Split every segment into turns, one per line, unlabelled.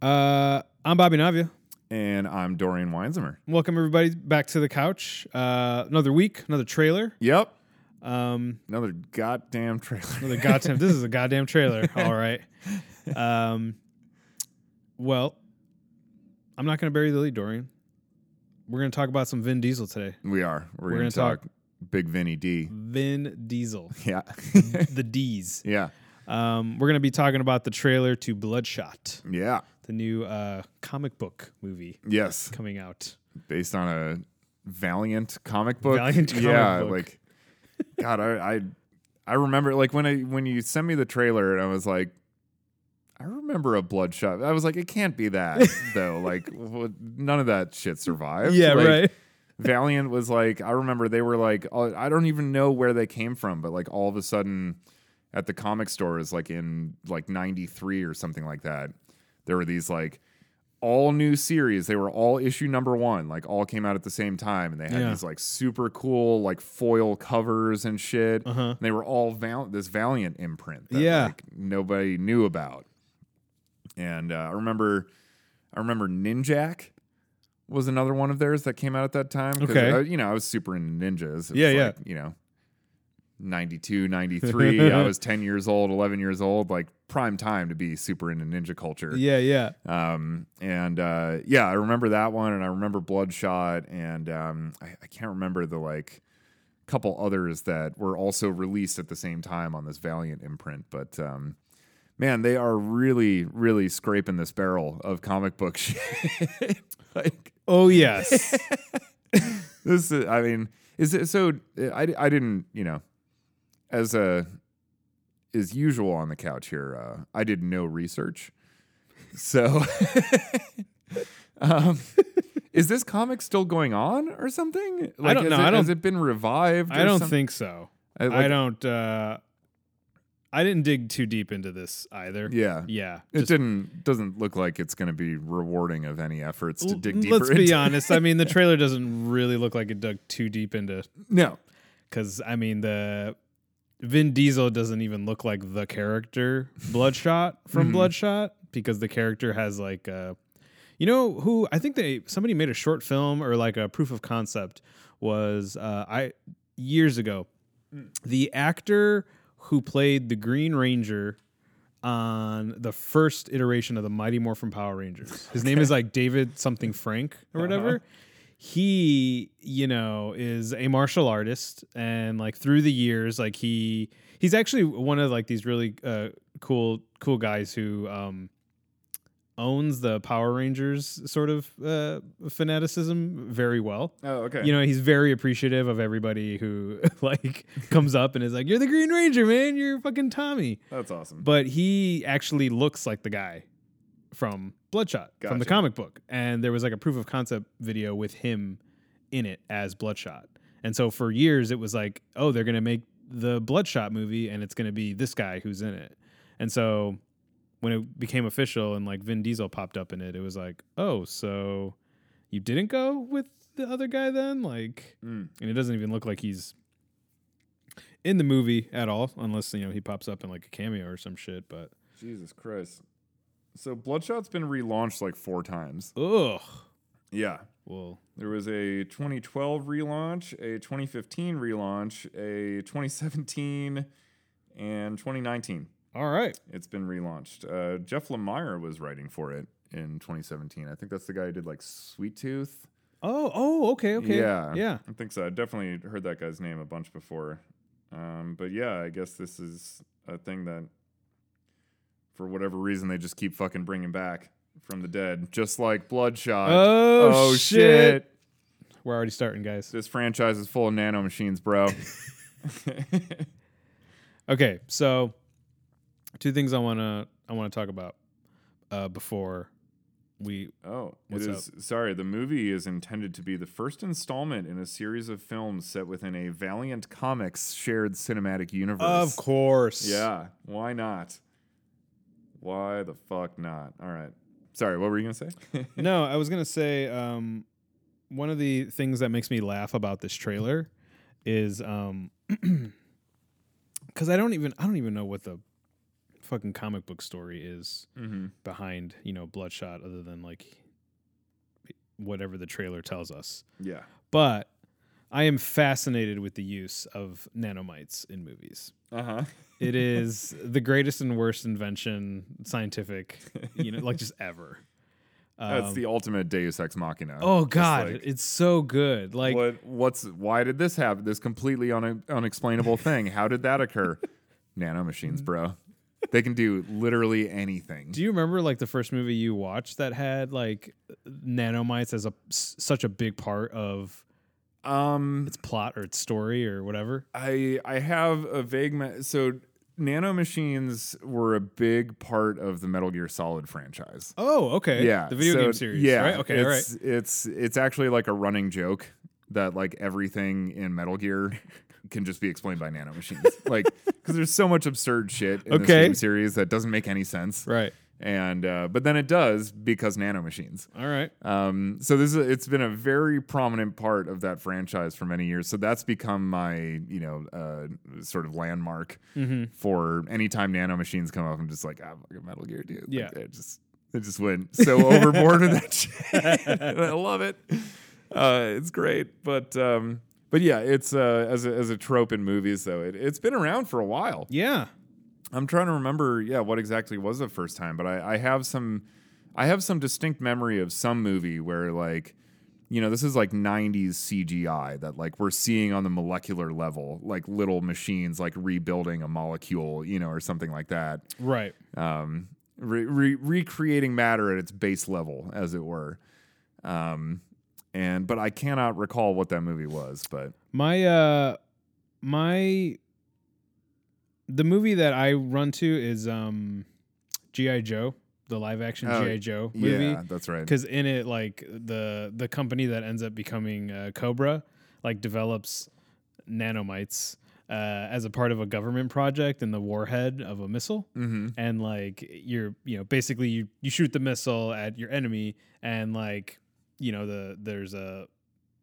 Uh, I'm Bobby Navia.
And I'm Dorian Weinzimmer.
Welcome everybody back to the couch. Uh, another week, another trailer.
Yep.
Um,
Another goddamn trailer.
another goddamn. this is a goddamn trailer. All right. Um, well, I'm not gonna bury the lead, Dorian. We're gonna talk about some Vin Diesel today.
we are. We're,
We're
gonna,
gonna
talk, Big Vinny D.
Vin Diesel,
Yeah.
the D's.
yeah.
Um, we're gonna be talking about the trailer to Bloodshot,
Yeah.
the new uh, comic book movie
Yes.
coming out.
Based on a Valiant comic book.
Valiant comic
yeah.
book.
Like, God, I, I, I remember like when I when you sent me the trailer and I was like, I remember a bloodshot. I was like, it can't be that though. Like, what- none of that shit survived.
Yeah,
Like,
right.
Valiant was like, I remember they were like, uh, I don't even know where they came from, but like all of a sudden at the comic stores, like in like 93 or something like that, there were these like all new series. They were all issue number one, like all came out at the same time. And they had
Yeah.
these like super cool, like foil covers and shit.
Uh-huh.
And they were all val- this Valiant imprint that
Yeah.
like nobody knew about. And uh, I remember, I remember Ninjak was another one of theirs that came out at that time. 'cause
Okay.
I- you know, I was super into ninjas. It
Yeah,
was
yeah.
Like, you know, 92, 93. I was 10 years old, 11 years old, like prime time to be super into ninja culture.
Yeah, yeah.
Um, and uh, yeah, I remember that one, and I remember Bloodshot, and um, I, I can't remember the like couple others that were also released at the same time on this Valiant imprint, but um. Man, they are really, really scraping this barrel of comic book shit. like,
Oh yes.
this is, I mean, is it so? uh, I, I didn't, you know, as uh is usual on the couch here, uh, I did no research. So, um, is this comic still going on or something? Like,
don't
has
know.
It,
I don't-
has it been revived?
I
or
don't
some-
think so.
I, like-
I don't. uh I didn't dig too deep into this either.
Yeah.
yeah.
It
just-
didn't doesn't look like it's going to be rewarding of any efforts to dig deeper.
Mm, Let's be
into-
honest. I mean, the trailer doesn't really look like it dug too deep into
No.
because I mean the Vin Diesel doesn't even look like the character Bloodshot from
Mm-hmm.
Bloodshot because the character has like a. You know who I think they somebody made a short film or like a proof of concept was uh, I years ago
Mm.
the actor who played the Green Ranger on the first iteration of the Mighty Morphin Power Rangers. His name is like David something Frank or whatever. He, you know, is a martial artist and like through the years like he he's actually one of like these really uh cool cool guys who um owns the Power Rangers sort of uh fanaticism very well
Oh, okay.
you know he's very appreciative of everybody who like comes up and is like you're the green ranger man you're fucking tommy
That's awesome.
but he actually looks like the guy from bloodshot from the
Gotcha.
comic book and there was like a proof of concept video with him in it as bloodshot and so for years it was like oh they're going to make the bloodshot movie and it's going to be this guy who's in it and so when it became official and like Vin Diesel popped up in it, it was like, oh, so you didn't go with the other guy then? Like,
Mm.
and it doesn't even look like he's in the movie at all, unless, you know, he pops up in like a cameo or some shit. But,
Jesus Christ. So Bloodshot's been relaunched like four times.
ugh.
Yeah.
Well,
There was a 2012 relaunch, a 2015 relaunch, a 2017, and 2019.
all right.
It's been relaunched. Uh, Jeff Lemire was writing for it in 2017. I think that's the guy who did like Sweet Tooth.
Oh, oh, okay, okay.
Yeah.
Yeah.
I think so. I definitely heard that guy's name a bunch before. Um, but yeah, I guess this is a thing that, for whatever reason, they just keep fucking bringing back from the dead, just like Bloodshot.
Oh, shit. We're already starting, guys.
This franchise is full of nano machines, bro.
Okay, so two things I wanna I wanna talk about uh, before we
oh,
What's
it is. Sorry, the movie is intended to be the first installment in a series of films set within a Valiant Comics shared cinematic universe.
course.
Yeah, why not? Why the fuck not? All right. Sorry, what were you gonna say?
no, I was gonna say um, one of the things that makes me laugh about this trailer is um, because I don't even I don't even know what the fucking comic book story is
Mm-hmm.
behind you know Bloodshot, other than like whatever the trailer tells us.
Yeah.
But I am fascinated with the use of nanomites in movies.
Uh huh.
It is the greatest and worst invention, scientific, you know, like just ever.
That's
Um,
the ultimate Deus Ex Machina.
Oh
Just
god,
like,
it's so good. Like
what? What's? Why did this happen? This completely un- unexplainable thing. How did that occur? Nanomachines, bro. They can do literally anything.
Mm-hmm. Do you remember like the first movie you watched that had like nanomites as a s- such a big part of
um,
its plot or its story or whatever?
I I have a vague me- so nanomachines were a big part of the Metal Gear Solid franchise.
Oh, okay.
Yeah,
the video
so-
game series.
Yeah,
Right. Okay.
It's,
All right.
It's it's actually like a running joke that like everything in Metal Gear can just be explained by nanomachines, like because there's so much absurd shit in this
Okay.
game series that doesn't make any sense.
Right.
And uh, but then it does because nanomachines.
All right.
Um, so this is it's been a very prominent part of that franchise for many years. So that's become my you know uh, sort of landmark for anytime nano machines come up. I'm just like ah, fucking Metal Gear, dude. Like,
Yeah.
it just it just went so overboard with that shit. And I love it. Uh, it's great, but um, but yeah, it's uh, as a, as a trope in movies though. It, it's been around for a while.
Yeah.
I'm trying to remember, yeah, what exactly was the first time, but I, I have some, I have some distinct memory of some movie where like, you know, this is like '90s CGI that like we're seeing on the molecular level, like little machines like rebuilding a molecule, you know, or something like that,
Right.
um, re- re- recreating matter at its base level, as it were. Um, and but I cannot recall what that movie was, but
My uh my the movie that I run to is um G.I. Joe, the live action
Oh,
G.I. Joe movie.
yeah, that's right.
because in it like the the company that ends up becoming uh, cobra like develops nanomites uh, as a part of a government project in the warhead of a missile
Mm-hmm.
and like you're you know basically you, you shoot the missile at your enemy and like you know the there's a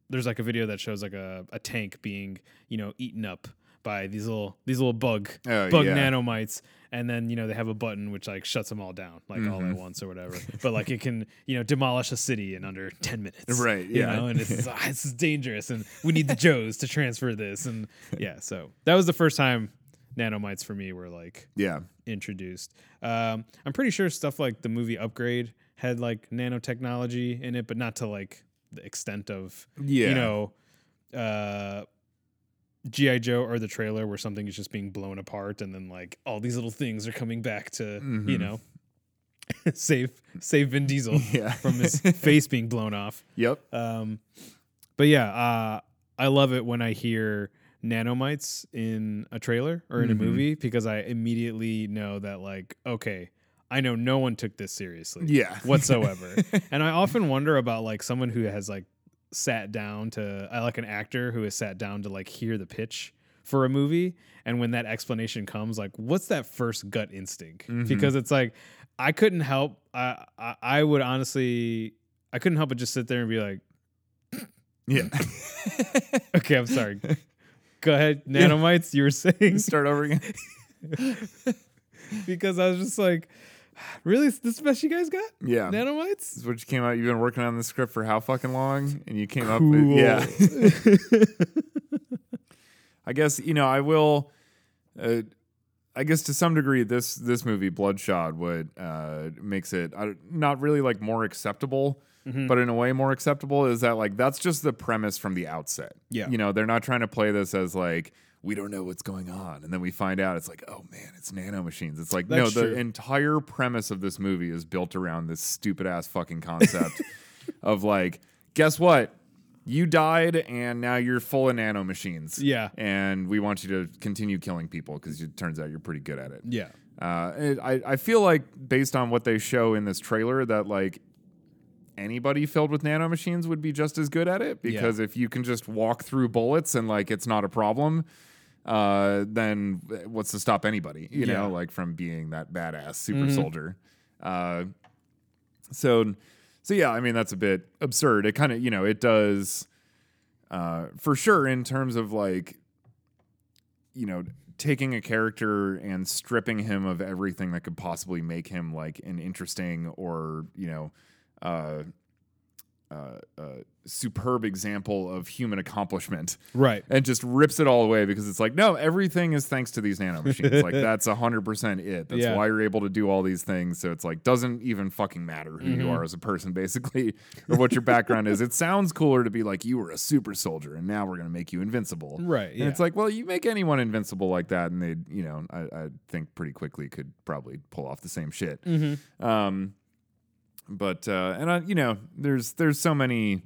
there's like a video that shows like a, a tank being you know eaten up by these little these little bug
Oh,
bug
yeah.
nanomites and then you know they have a button which like shuts them all down like all
Mm-hmm.
at once or whatever but like it can you know demolish a city in under 10 minutes
Right,
you
yeah.
know and it's ah, this is dangerous and we need the joes to transfer this and yeah so that was the first time nanomites for me were like
yeah.
introduced um i'm pretty sure stuff like the movie upgrade had like nanotechnology in it but not to like the extent of
Yeah.
you know, uh, G.I. Joe or the trailer where something is just being blown apart and then like all these little things are coming back to, you
Mhm.
know, save save Vin Diesel
Yeah.
from his face being blown off.
Yep.
Um, but yeah, uh, I love it when I hear nanomites in a trailer or in
Mhm.
a movie because I immediately know that like, okay, I know no one took this seriously
Yeah.
whatsoever. and I often wonder about like someone who has like sat down to I like an actor who has sat down to like hear the pitch for a movie and when that explanation comes like what's that first gut instinct
Mhm.
because it's like I couldn't help I, I I would honestly I couldn't help but just sit there and be like
Yeah.
okay I'm sorry go ahead nanomites you were saying
Start over again.
because I was just like "Ah, really this is the best you guys got
Yeah.
nanomites
This is what you came out. You've been working on the script for how fucking long? And you came up
Cool.
with. Yeah. I guess, you know, I will. Uh, I guess to some degree, this this movie, Bloodshot, would uh, makes it I don't- not really like more acceptable,
Mm-hmm.
but in a way more acceptable is that like that's just the premise from the outset.
Yeah.
you know they're not trying to play this as like we don't know what's going on, and then we find out it's like oh man, it's nano machines. It's like
That's
no, the
true.
entire premise of this movie is built around this stupid ass fucking concept of like guess what. You died, and now you're full of nano machines
yeah
and we want you to continue killing people because it turns out you're pretty good at it.
yeah
Uh, and I, I feel like based on what they show in this trailer that like anybody filled with nanomachines would be just as good at it because if you can just walk through bullets and like it's not a problem, uh, then what's to stop anybody, you
Yeah.
know, like from being that badass super soldier. Uh, so, so yeah, I mean that's a bit absurd. It kind of you know it does uh, for sure in terms of like you know, taking a character and stripping him of everything that could possibly make him like an interesting or, you know, uh, uh, uh, superb example of human accomplishment
Right.
and just rips it all away because it's like, no, everything is thanks to these nanomachines. like that's hundred percent it. That's
Yeah.
why you're able to do all these things. So it's like doesn't even fucking matter who you are as a person, basically, or what your background is. It sounds cooler to be like you were a super soldier and now we're gonna make you invincible.
Right.
And it's like, well, you make anyone invincible like that, and they, would you know, I, I think pretty quickly could probably pull off the same shit. Um, but uh, and I, you know, there's there's so many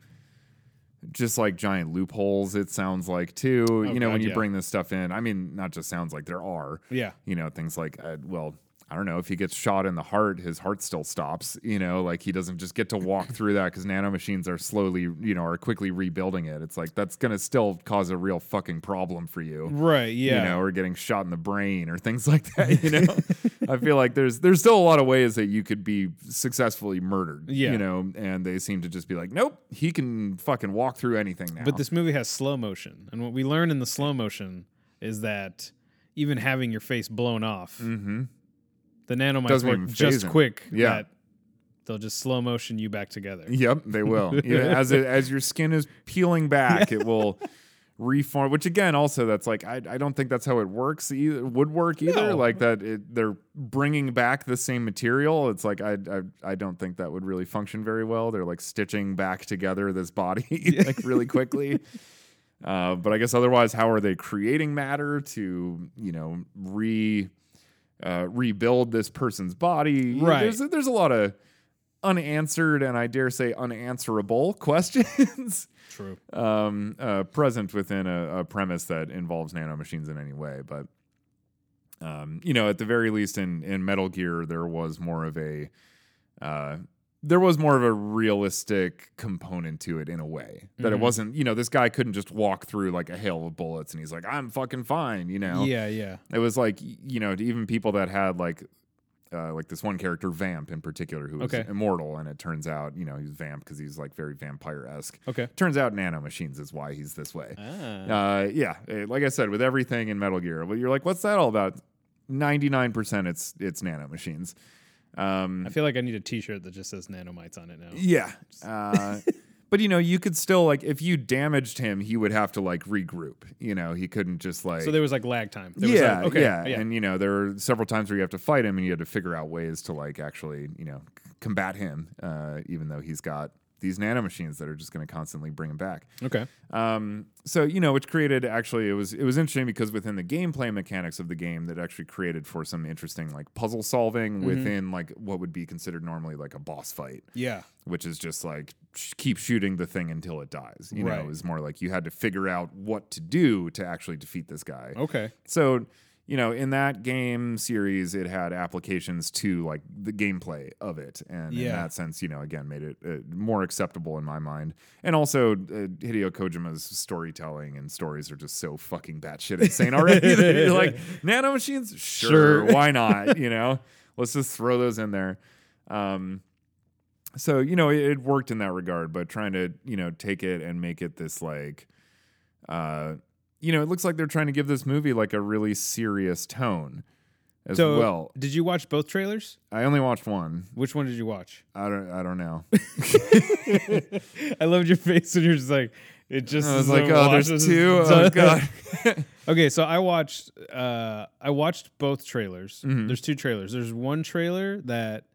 just like giant loopholes. It sounds like too. you know,
Oh, God,
when you
yeah.
bring this stuff in, I mean, not just sounds like there are.
yeah.
You know, things like uh, well. I don't know if he gets shot in the heart, his heart still stops. You know, like he doesn't just get to walk through that because nanomachines are slowly, you know, are quickly rebuilding it. It's like that's gonna still cause a real fucking problem for you
Right. Yeah.
you know, or getting shot in the brain or things like that. You know, I feel like there's there's still a lot of ways that you could be successfully murdered.
Yeah.
you know, and they seem to just be like, nope, he can fucking walk through anything now.
But this movie has slow motion, and what we learn in the slow motion is that even having your face blown off,
Mm-hmm.
the nanomites
Mm. Doesn't
work
even phase
just
him.
quick.
Yeah.
that they'll just slow motion you back together.
Yep, they will. yeah, as it, as your skin is peeling back, it will reform. Which again, also that's like I, I don't think that's how it works either. Would work either.
No.
Like that, it, they're bringing back the same material. It's like I, I I don't think that would really function very well. They're like stitching back together this body like really quickly. Uh, but I guess otherwise, how are they creating matter to you know re uh, rebuild this person's body?
Right.
There's there's a lot of unanswered and I dare say unanswerable questions
True.
um, uh, present within a, a premise that involves nanomachines in any way. But um, you know, at the very least, in in Metal Gear, there was more of a uh, there was more of a realistic component to it in a way that
Mm-hmm.
it wasn't. You know, this guy couldn't just walk through like a hail of bullets and he's like, "I'm fucking fine," you know.
Yeah. Yeah.
It was like y- you know, to even people that had like uh, like this one character Vamp in particular who was
Okay.
immortal, and it turns out you know he's Vamp because he's like very vampire esque.
Okay.
Turns out nanomachines is why he's this way.
Ah.
Uh, yeah, eh, like I said, with everything in Metal Gear, well, you're like, what's that all about? Ninety nine percent, it's it's nanomachines. Um,
I feel like I need a T-shirt that just says nanomites on it now.
yeah. Uh, but you know, you could still like if you damaged him, he would have to like regroup. You know, he couldn't just like
So there was like lag time. There was
yeah,
like, okay,
yeah, and you know there were several times where you have to fight him, and you had to figure out ways to like actually you know c- combat him, uh, even though he's got these nanomachines that are just going to constantly bring him back.
okay.
Um, so you know, which created actually it was it was interesting because within the gameplay mechanics of the game, that actually created for some interesting like puzzle solving within like what would be considered normally like a boss fight
Yeah.
which is just like sh- keep shooting the thing until it dies. You know,
Right.
it was more like you had to figure out what to do to actually defeat this guy.
Okay.
So, you know, in that game series, it had applications to like the gameplay of it, and in
Yeah.
that sense, you know, again, made it uh, more acceptable in my mind. And also, uh, Hideo Kojima's storytelling and stories are just so fucking batshit insane already. that You're like nanomachines, sure,
Sure.
why not? You know, let's just throw those in there. Um, so you know it, it worked in that regard but trying to you know take it and make it this like uh you know it looks like they're trying to give this movie like a really serious tone as
So
well
did you watch both trailers?
i only watched one
Which one did you watch?
i don't i don't know
I loved your face when you're just like, it just
i was
is
like
so
oh
watch,
there's
this is
two
done."
oh god
Okay, so I watched uh I watched both trailers.
Mm-hmm.
There's two trailers. There's one trailer that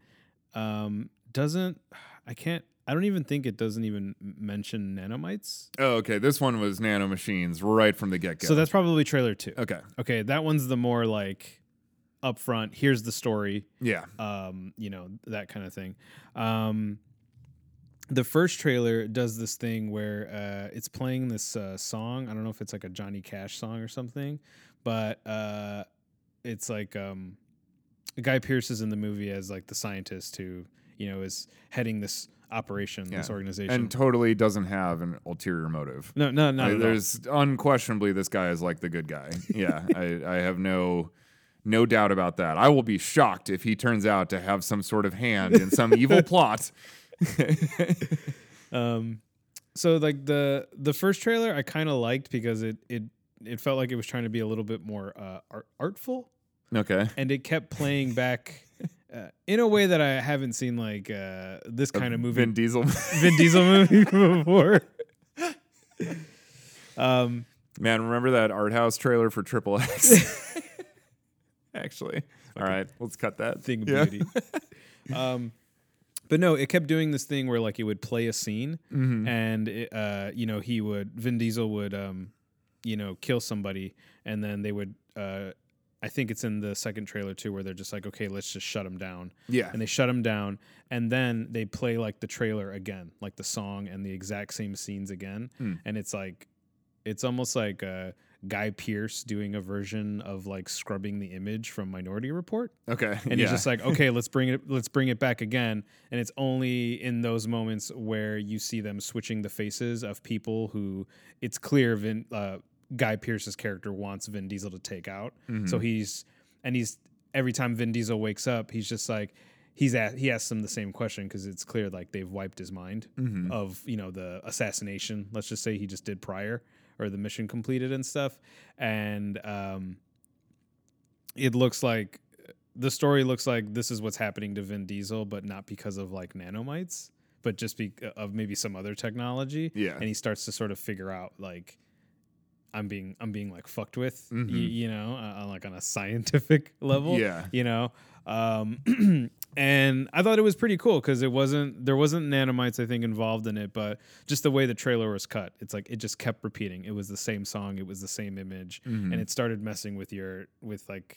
um doesn't I can't I don't even think it doesn't even m- mention nanomites.
oh okay this one was nanomachines right from the get-go
So that's probably trailer 2.
okay
Okay, that one's the more like upfront, here's the story,
yeah
um, you know, that kind of thing. Um the first trailer does this thing where uh, it's playing this uh, song. I don't know if it's like a Johnny Cash song or something, but uh, it's like um, Guy Pearce is in the movie as like the scientist who you know is heading this operation, this
Yeah.
organization.
and totally doesn't have an ulterior motive
no, no, not
I-
at all.
there's unquestionably this guy is like the good guy. Yeah, I, I have no no doubt about that. I will be shocked if he turns out to have some sort of hand in some evil plot.
Um, so like the the first trailer I kind of liked because it it it felt like it was trying to be a little bit more uh, art- artful,
Okay.
and it kept playing back uh, in a way that I haven't seen like uh, this kind of movie
Vin Diesel.
Vin Diesel movie before. um,
Man, remember that art house trailer for Triple X? Actually. All right, let's cut that.
thing of
Yeah.
beauty. um, but no, it kept doing this thing where like it would play a scene,
Mm-hmm.
and it, uh, you know he would Vin Diesel would um, you know kill somebody, and then they would. Uh, I think it's in the second trailer too, where they're just like, okay, let's just shut him down.
Yeah.
And they shut him down, and then they play like the trailer again, like the song and the exact same scenes again, and it's like, it's almost like uh, Guy Pierce doing a version of like scrubbing the image from Minority Report
Okay.
and
yeah.
he's just like okay let's bring it let's bring it back again and it's only in those moments where you see them switching the faces of people who it's clear Vin uh, Guy Pierce's character wants Vin Diesel to take out
Mm-hmm. Hmm.
so he's and he's every time Vin Diesel wakes up he's just like he's a he asks them the same question because it's clear like they've wiped his mind
Hmm. Mm-hmm.
of you know the assassination let's just say he just did prior or the mission completed and stuff and um it looks like the story looks like this is what's happening to Vin Diesel, but not because of like nanomites, but just be of maybe some other technology.
Yeah.
and he starts to sort of figure out like I'm being I'm being like fucked with, y-
Mhm.
you know, uh, uh, like on a scientific level.
Yeah.
you know. Um, and I thought it was pretty cool because it wasn't there wasn't nanomites I think involved in it, but just the way the trailer was cut, it's like it just kept repeating. It was the same song, it was the same image,
Mm-hmm. Mm.
and it started messing with your with like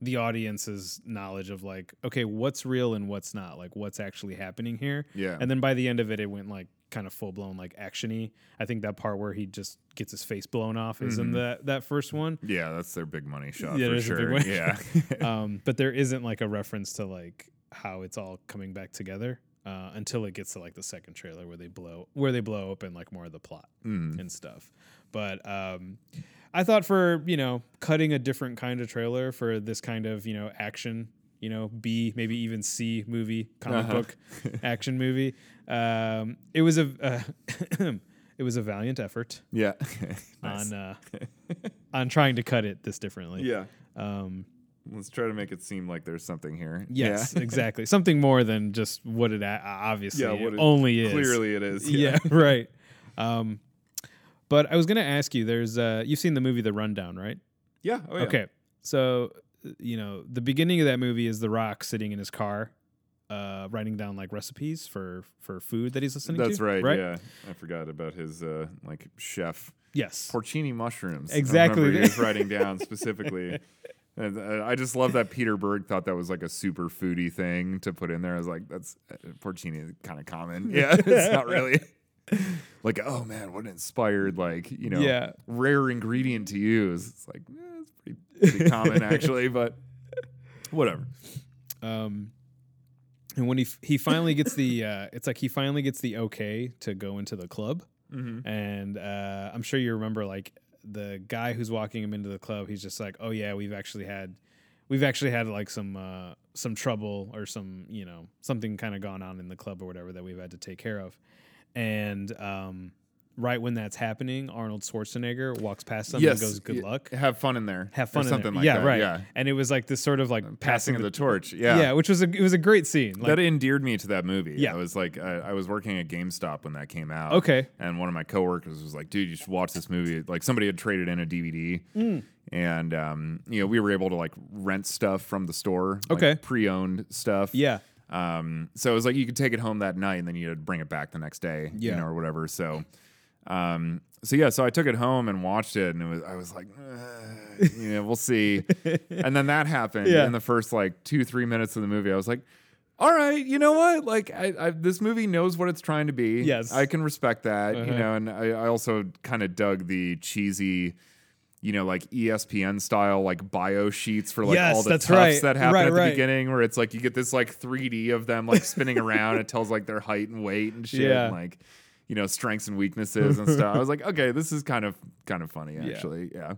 the audience's knowledge of like okay what's real and what's not like what's actually happening here
Yeah.
and then by the end of it it went like kind of full blown like actiony i think that part where he just gets his face blown off is in that that first one
yeah, that's their big money shot
Yeah, it
for
is a big
sure.
money
yeah.
um but there isn't like a reference to like how it's all coming back together uh, until it gets to like the second trailer where they blow where they blow open like more of the plot
Mm.
and stuff. But um, I thought for you know cutting a different kind of trailer for this kind of you know action, you know B maybe even C movie comic
Uh-huh.
book action movie. Um, it was a uh, it was a valiant effort
Yeah.
on
Nice.
uh, on trying to cut it this differently.
yeah.
Um,
Let's try to make it seem like there's something here.
yes,
Yeah.
exactly. Something more than just what it a- obviously
Yeah, what it
only is.
Clearly it is.
yeah, right. Um, but I was gonna ask you. There's uh, you've seen the movie The Rundown, right?
Yeah. Oh, yeah.
Okay. So, uh, you know, the beginning of that movie is The Rock sitting in his car, uh, writing down like recipes for for food that he's listening
That's
to.
right, Yeah. I forgot about his uh like chef
Yes.
porcini mushrooms. I
Exactly.
remember He was writing down specifically. And uh, I just love that Peter Berg thought that was like a super foodie thing to put in there. I was like, that's uh, porcini is kind of common. Yeah, it's not really like, oh man, what an inspired, like, you know,
Yeah.
rare ingredient to use. It's like, eh, it's pretty, pretty common actually, but whatever.
Um, and when he f- he finally gets the uh, it's like he finally gets the okay to go into the club, Mm-hmm. and uh, I'm sure you remember like the guy who's walking him into the club. He's just like, oh yeah, we've actually had. We've actually had like some uh, some trouble or some you know something kind of gone on in the club or whatever that we've had to take care of, and um, right when that's happening, Arnold Schwarzenegger walks past them and
yes.
goes, "Good
y-
luck,
Have fun in there.
have
or
fun." in there."
something like
yeah,
that.
right.
Yeah.
And it was like this sort of like
Passing of the torch.
yeah. which was a it was a great scene. Like,
that endeared me to that movie.
Yeah.
I was like, I, I was working at GameStop when that came out.
Okay.
And one of my coworkers was like, dude, you should watch this movie. Like somebody had traded in a DVD.
Mm.
And, um, you know, we were able to like rent stuff from the store. like,
Okay.
Pre-owned stuff.
yeah,
Um, so it was like you could take it home that night and then you'd bring it back the next day,
Yeah.
you know, or whatever. So, um, so yeah, so I took it home and watched it, and it was I was like, "Ugh, you know, we'll see. and then that happened
Yeah.
in the first like two three minutes of the movie. I was like, all right, you know what? Like, I, I this movie knows what it's trying to be.
Yes.
I can respect that, you
Uh-huh.
know. And I, I also kind of dug the cheesy. You know, like E ESPN style, like bio sheets for like
Yes,
all the
that's
toughs
right.
that happen
Right,
at the
right.
beginning beginning where it's like you get this like 3D of them like spinning around. It tells like their height and weight and shit,
Yeah.
and like you know strengths and weaknesses and stuff. I was like, okay, this is kind of kind of funny actually. Yeah,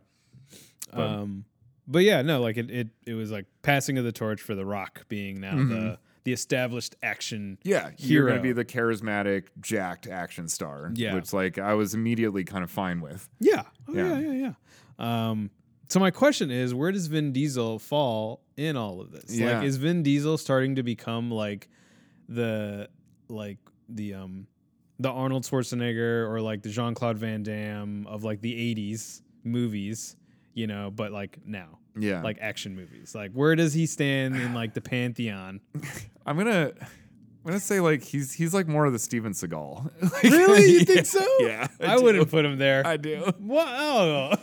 But-
um, but yeah, no, like it, it it was like passing of the torch for The Rock being now the the the established action.
Yeah, you're going
Hero.
to be the charismatic, jacked action star.
Yeah.
which like I was immediately kind of fine with.
Yeah. Oh, yeah.
Yeah.
Yeah. Yeah. Um, so my question is, where does Vin Diesel fall in all of this?
Yeah.
Like, is Vin Diesel starting to become like the like the um the Arnold Schwarzenegger or like the Jean Claude Van Damme of like the '80s movies? You know, but like now,
Yeah,
like action movies. Like, where does he stand in like the pantheon?
I'm gonna I'm gonna say like he's he's like more of the Steven Seagal. Like,
Really? You think
yeah,
so?
Yeah,
I,
do.
wouldn't put him there. oh.
I do.
wow.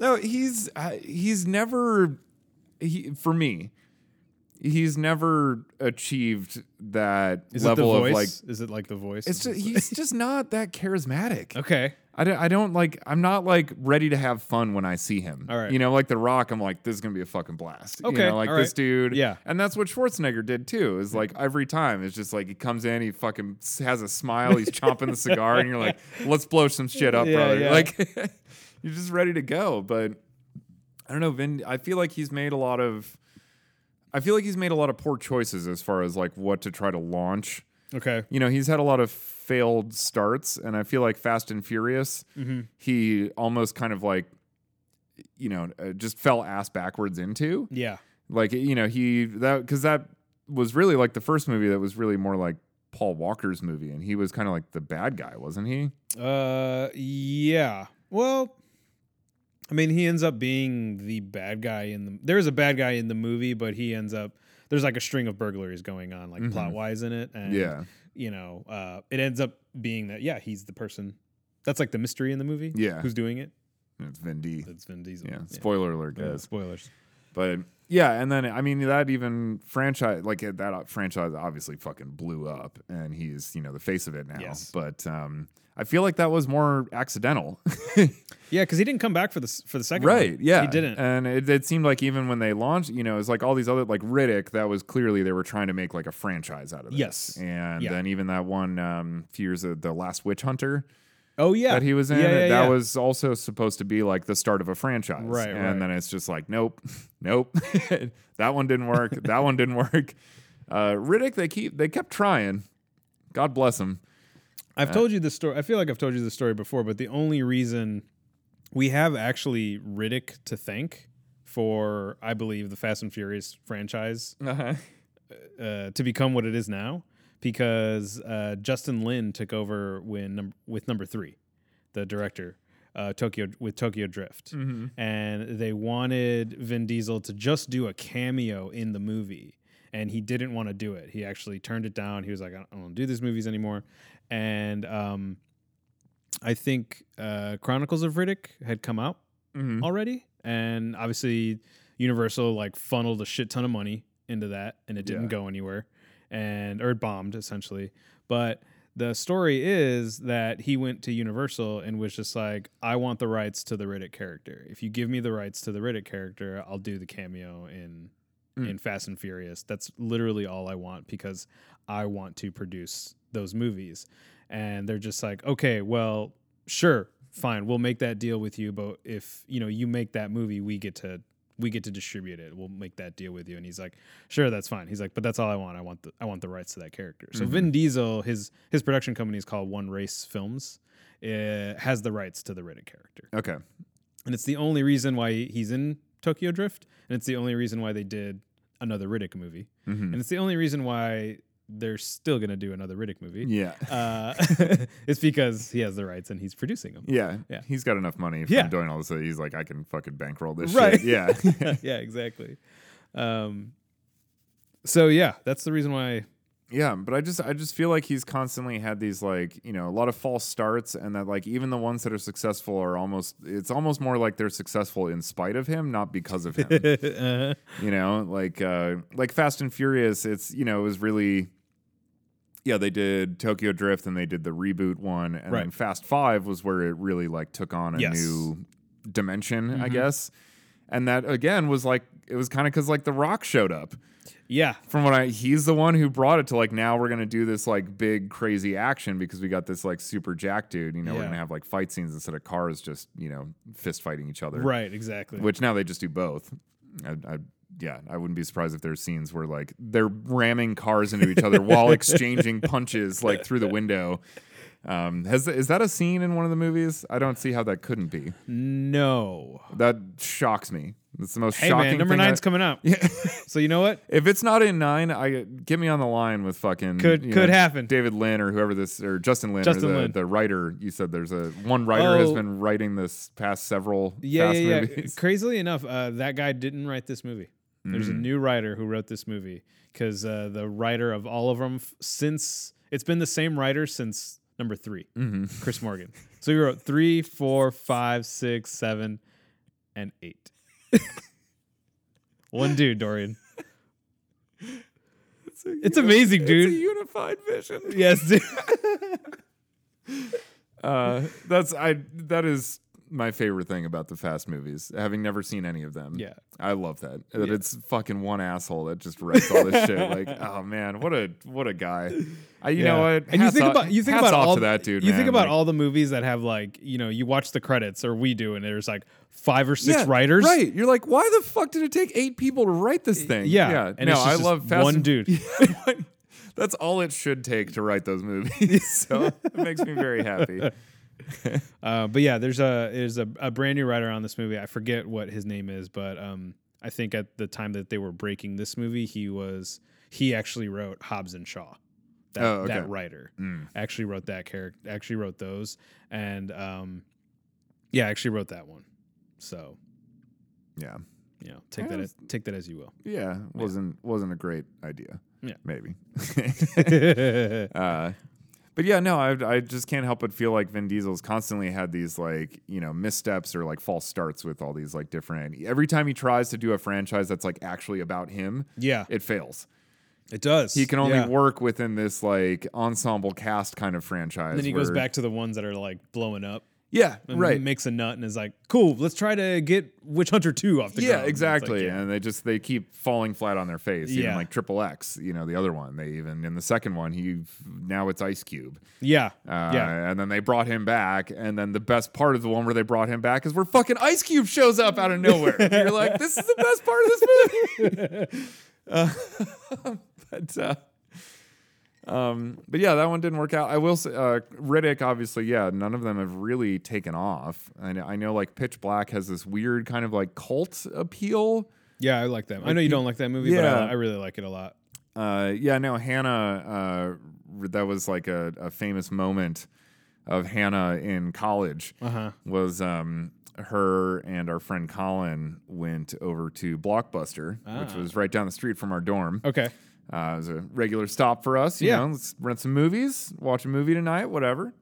No, he's uh, he's never he for me. He's never achieved that
Is
level
it the
of
voice?
like.
is it like the voice?
It's just, he's just not that charismatic.
okay.
I don't, I don't like I'm not like ready to have fun when I see him.
All right.
You know, like The Rock, I'm like, this is gonna be a fucking blast. You
Okay,
know, like
all
this
right.
dude.
Yeah.
And that's what Schwarzenegger did too, is like every time it's just like he comes in, he fucking s- has a smile, he's chomping the cigar, and you're like, let's blow some shit up,
Yeah,
brother.
yeah.
Like you're just ready to go. But I don't know, Vin I feel like he's made a lot of I feel like he's made a lot of poor choices as far as like what to try to launch
Okay.
you know, he's had a lot of failed starts, and I feel like Fast and Furious,
Mm-hmm.
he almost kind of like, you know, uh, just fell ass backwards into.
Yeah.
Like, you know, he that because that was really like the first movie that was really more like Paul Walker's movie, and he was kind of like the bad guy, wasn't he?
Uh, yeah. Well, I mean, he ends up being the bad guy in the. There is a bad guy in the movie, but he ends up. There's like a string of burglaries going on, like
Mhm.
plot wise in it, and
yeah,
you know, uh, it ends up being that yeah, he's the person. That's like the mystery in the movie.
Yeah.
who's doing it?
it's Vin D.
It's Vin Diesel.
Yeah, uh, spoiler alert,
Yeah,
guys.
spoilers.
But yeah, and then I mean that even franchise like that uh, franchise obviously fucking blew up, and he's you know the face of it now.
Yes.
But um, I feel like that was more accidental,
Yeah, because he didn't come back for the s- for the second. one.
right? Yeah,
he didn't.
and it, it seemed like even when they launched, you know, it's like all these other like Riddick, that was clearly they were trying to make like a franchise out of this.
Yes.
and
Yeah.
then even that one um, few years of the Last Witch Hunter,
oh yeah,
that he was in.
Yeah, yeah,
that
yeah.
was also supposed to be like the start of a franchise.
Right,
And
right.
then it's just like, nope, nope. that one didn't work. that one didn't work. Uh, Riddick, they keep they kept trying. God bless him.
I've told you the story. I feel like I've told you the story before, but the only reason we have actually Riddick to thank for, I believe, the Fast and Furious franchise
Uh-huh.
uh, to become what it is now, because uh, Justin Lin took over when num- with number three, the director. Uh, Tokyo with Tokyo Drift, and they wanted Vin Diesel to just do a cameo in the movie, and he didn't want to do it. He actually turned it down. He was like, "I don't, I don't do these movies anymore," and um, I think uh, Chronicles of Riddick had come out
Mhm.
already, and obviously Universal like funneled a shit ton of money into that, and it didn't
Yeah.
go anywhere, and or it bombed essentially. But the story is that he went to Universal and was just like, "I want the rights to the Riddick character. If you give me the rights to the Riddick character, I'll do the cameo in."
Mm.
In Fast and Furious, that's literally all I want because I want to produce those movies. And they're just like, okay, well, sure, fine, we'll make that deal with you, but if you know you make that movie, we get to we get to distribute it. We'll make that deal with you. And he's like, sure, that's fine. He's like, but that's all I want. I want the I want the rights to that character. So Vin Diesel, his his production company is called One Race Films. It has the rights to the Riddick character
Okay.
and it's the only reason why he's in Tokyo Drift, and it's the only reason why they did another Riddick movie, and it's the only reason why they're still gonna do another Riddick movie.
Yeah.
Uh, it's because he has the rights and he's producing them.
Yeah.
Yeah.
He's got enough money from
Yeah.
doing all this. that He's like, I can fucking bankroll this
Right.
shit. Yeah.
yeah, exactly. Um, so yeah, that's the reason why.
Yeah, but I just I just feel like he's constantly had these like, you know, a lot of false starts and that like even the ones that are successful are almost it's almost more like they're successful in spite of him, not because of him.
Uh-huh.
you know, like uh like Fast and Furious, it's you know, it was really yeah, they did Tokyo Drift and they did the reboot one and then
Right.
Fast 5 was where it really like took on a
Yes. Mm-hmm.
new dimension, I guess. And that again was like it was kind of cuz like The Rock showed up
yeah,
from what I he's the one who brought it to like now we're gonna do this like big crazy action because we got this like super jack dude. You know, we're
Yeah.
gonna have like fight scenes instead of cars just, you know, fist fighting each other.
right, exactly.
Which now they just do both. I, I yeah, I wouldn't be surprised if there's scenes where like they're ramming cars into each other while exchanging punches like through the window. Um, has is that a scene in one of the movies? I don't see how that couldn't be.
No.
That shocks me. It's the most
Hey
shocking.
man, number
thing I-
nine's coming up. so you know what?
If it's not in nine, I get me on the line with fucking
Could-
you
could happen.
David Lynn or whoever this or Justin Lin,
Justin
or the,
Lin.
the writer. You said there's a one writer has
Oh.
been writing this past several
Yeah,
fast
yeah, yeah.
movies.
Crazily enough, uh, that guy didn't write this movie. There's a
Mm.
new writer who wrote this movie because uh, the writer of all of them f- since it's been the same writer since number 3
Mm-hmm.
Chris Morgan. So he wrote three, four, five, six, seven, and eight. One dude, Dorian. It's amazing,
It's a
dude.
unified vision.
Yes, dude.
Uh, that's I. That is my favorite thing about the fast movies. Having never seen any of them,
Yeah.
I love that. That it's fucking one asshole that just writes all this shit. Like, oh man, what a what a guy. I, you know
Yeah.
what?
And you
Hats
think
off-
about you think
hats
about
off
all
to that dude.
You think
man.
about
Like,
all the movies that have like you know you watch the credits or we do and there's like five or six
Yeah,
writers.
Right. You're like, why the fuck did it take eight people to write this thing?
Yeah.
Yeah.
And
no,
it's just
I
this
love Fast
one
and-
dude.
That's all it should take to write those movies. so it makes me very happy.
Uh, but yeah, there's a there's a, a brand new writer on this movie. I forget what his name is, but um, I think at the time that they were breaking this movie, he was he actually wrote Hobbs and Shaw. That,
Oh, okay.
that writer actually wrote that character. Actually wrote those, and um, yeah, actually wrote that one. So
Yeah.
you know, take that as, take that as you will.
Yeah. Wasn't wasn't a great idea.
Yeah.
Maybe.
yeah,
Uh, but yeah, no, I, I just can't help but feel like Vin Diesel's constantly had these like you know missteps or like false starts with all these like different. Every time he tries to do a franchise that's like actually about him, it fails.
it does.
He can only
Yeah.
work within this like ensemble cast kind of franchise.
And then he goes
where-
back to the ones that are like blowing up.
Yeah,
And
right.
Makes a nut and is like, cool. Let's try to get Witch Hunter two off the
yeah,
ground. And it's like,
exactly. And they just they keep falling flat on their face. Even
Yeah.
like Triple X, you know, the other one. They even in the second one, he now it's Ice Cube.
Yeah.
Uh,
yeah.
And then they brought him back. And then the best part of the one where they brought him back is where fucking Ice Cube shows up out of nowhere. You're like, this is the best part of this movie. uh, but, uh, um, but yeah, that one didn't work out. I will say, uh, Riddick, obviously, yeah, none of them have really taken off. I know, I know, like, Pitch Black has this weird kind of like cult appeal.
Yeah, I like that. I know you don't like that movie, but
Yeah.
I, I really like it a lot.
Uh, yeah, no, Hannah, uh, that was like a, a famous moment of Hannah in college.
Uh-huh.
was um, her and our friend Colin went over to Blockbuster, which
Ah.
was right down the street from our dorm.
Okay.
Uh, it was a regular stop for us. You
Yeah.
know, let's rent some movies, watch a movie tonight, whatever.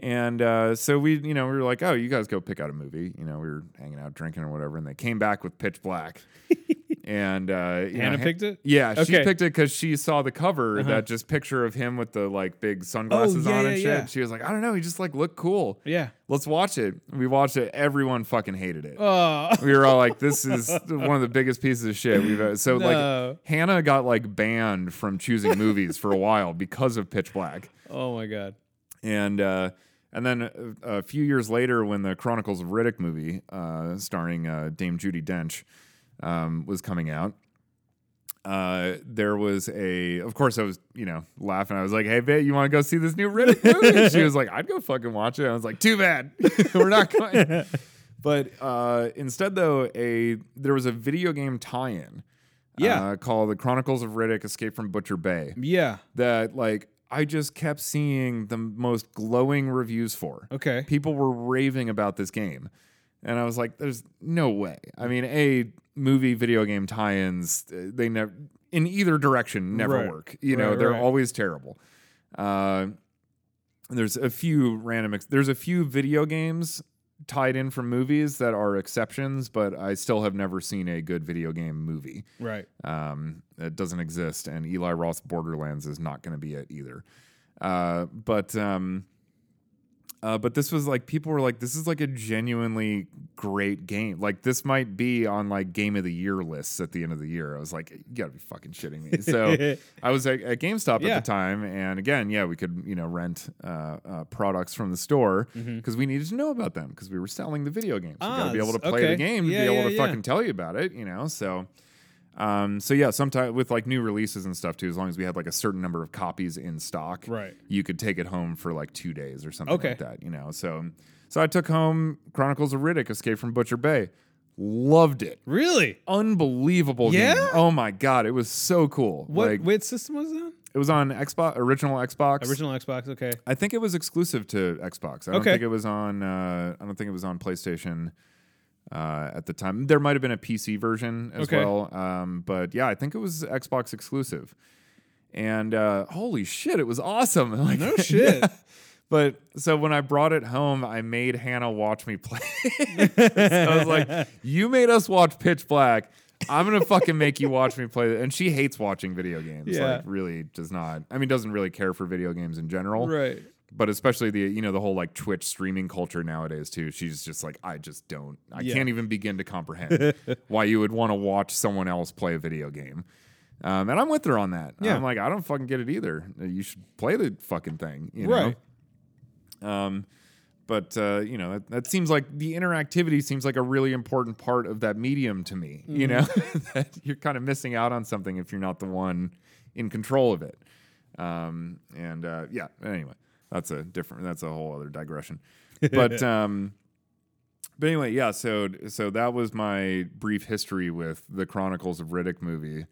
And uh, so we, you know, we were like, oh, you guys go pick out a movie. You know, we were hanging out drinking or whatever, and they came back with Pitch Black. and uh, you know,
Hannah
Han-
picked it?
Yeah, she
Okay.
picked it because she saw the cover, that just picture of him with the like big sunglasses
yeah,
on
Oh, yeah,
and shit.
yeah.
She was like, I don't know, he just like looked cool.
Yeah.
Let's watch it. We watched it. Everyone fucking hated it.
Oh.
We were all like, "This is one of the biggest pieces of shit we've." Ever. So
No.
like, Hannah got like banned from choosing movies for a while because of Pitch Black,
Oh my god.
and uh, and then uh, a, a few years later, when the Chronicles of Riddick movie, uh, starring uh, Dame Judy Dench, um, was coming out. Uh, there was a, of course, I was, you know, laughing. I was like, "Hey, babe, you want to go see this new Riddick movie?" And she was like, "I'd go fucking watch it." I was like, "Too bad, we're not going." But uh, instead, though, a there was a video game tie-in,
Yeah.
uh, called The Chronicles of Riddick: Escape from Butcher Bay.
Yeah.
That like I just kept seeing the most glowing reviews for.
Okay.
People were raving about this game, and I was like, "There's no way." I mean, a movie video game tie-ins uh, they never in either direction never
Right.
work. You know,
Right,
they're
right.
always terrible. Uh, there's a few random ex- there's a few video games tied in from movies that are exceptions but i still have never seen a good video game movie
Right.
um, it doesn't exist and eli roth's borderlands is not going to be it either uh, but um, uh, but this was like people were like this is like a genuinely great game like this might be on like game of the year lists at the end of the year i was like you gotta be fucking shitting me so I was at, at GameStop
Yeah.
at the time, and again, yeah, we could you know rent uh, uh, products from the store
Mm-hmm.
because we needed to know about them because we were selling the video games. You
Ah,
gotta be able to
s-
play the
okay.
game, to
Yeah,
be able
yeah,
to
yeah.
fucking tell you about it, you know. So Um, so yeah, sometimes with like new releases and stuff too, as long as we had like a certain number of copies in stock,
Right.
you could take it home for like two days or something
Okay.
like that, you know. So so I took home Chronicles of Riddick, Escape from Butcher Bay. Loved it.
Really?
Unbelievable game.
Yeah?
Oh my god, it was so cool.
What
Like
wait system was that?
it was on Xbox original Xbox.
Original Xbox. Okay.
I think it was exclusive to Xbox. I don't
Okay.
think it was on. Uh, I don't think it was on PlayStation uh, at the time. There might have been a PC version as
Okay.
well. Um, but yeah, I think it was Xbox exclusive. And uh, holy shit, it was awesome! Like,
No Oh, shit.
But so when I brought it home, I made Hannah watch me play. it. I was like, "You made us watch Pitch Black. I'm gonna fucking make you watch me play." it." And she hates watching video games.
Yeah.
Like, really does not. I mean, doesn't really care for video games in general
Right.
but especially the you know the whole like Twitch streaming culture nowadays too. She's just like I just don't I
Yeah.
can't even begin to comprehend why you would want to watch someone else play a video game. Um, and I'm with her on that.
Yeah.
I'm like I don't fucking get it either. You should play the fucking thing, you
Right.
know. Um, but uh, you know that, that seems like the interactivity seems like a really important part of that medium to me. You know that you're kind of missing out on something if you're not the one in control of it. Um, and uh, yeah, anyway, that's a different. That's a whole other digression. But um, but anyway, yeah. So so that was my brief history with the Chronicles of Riddick movie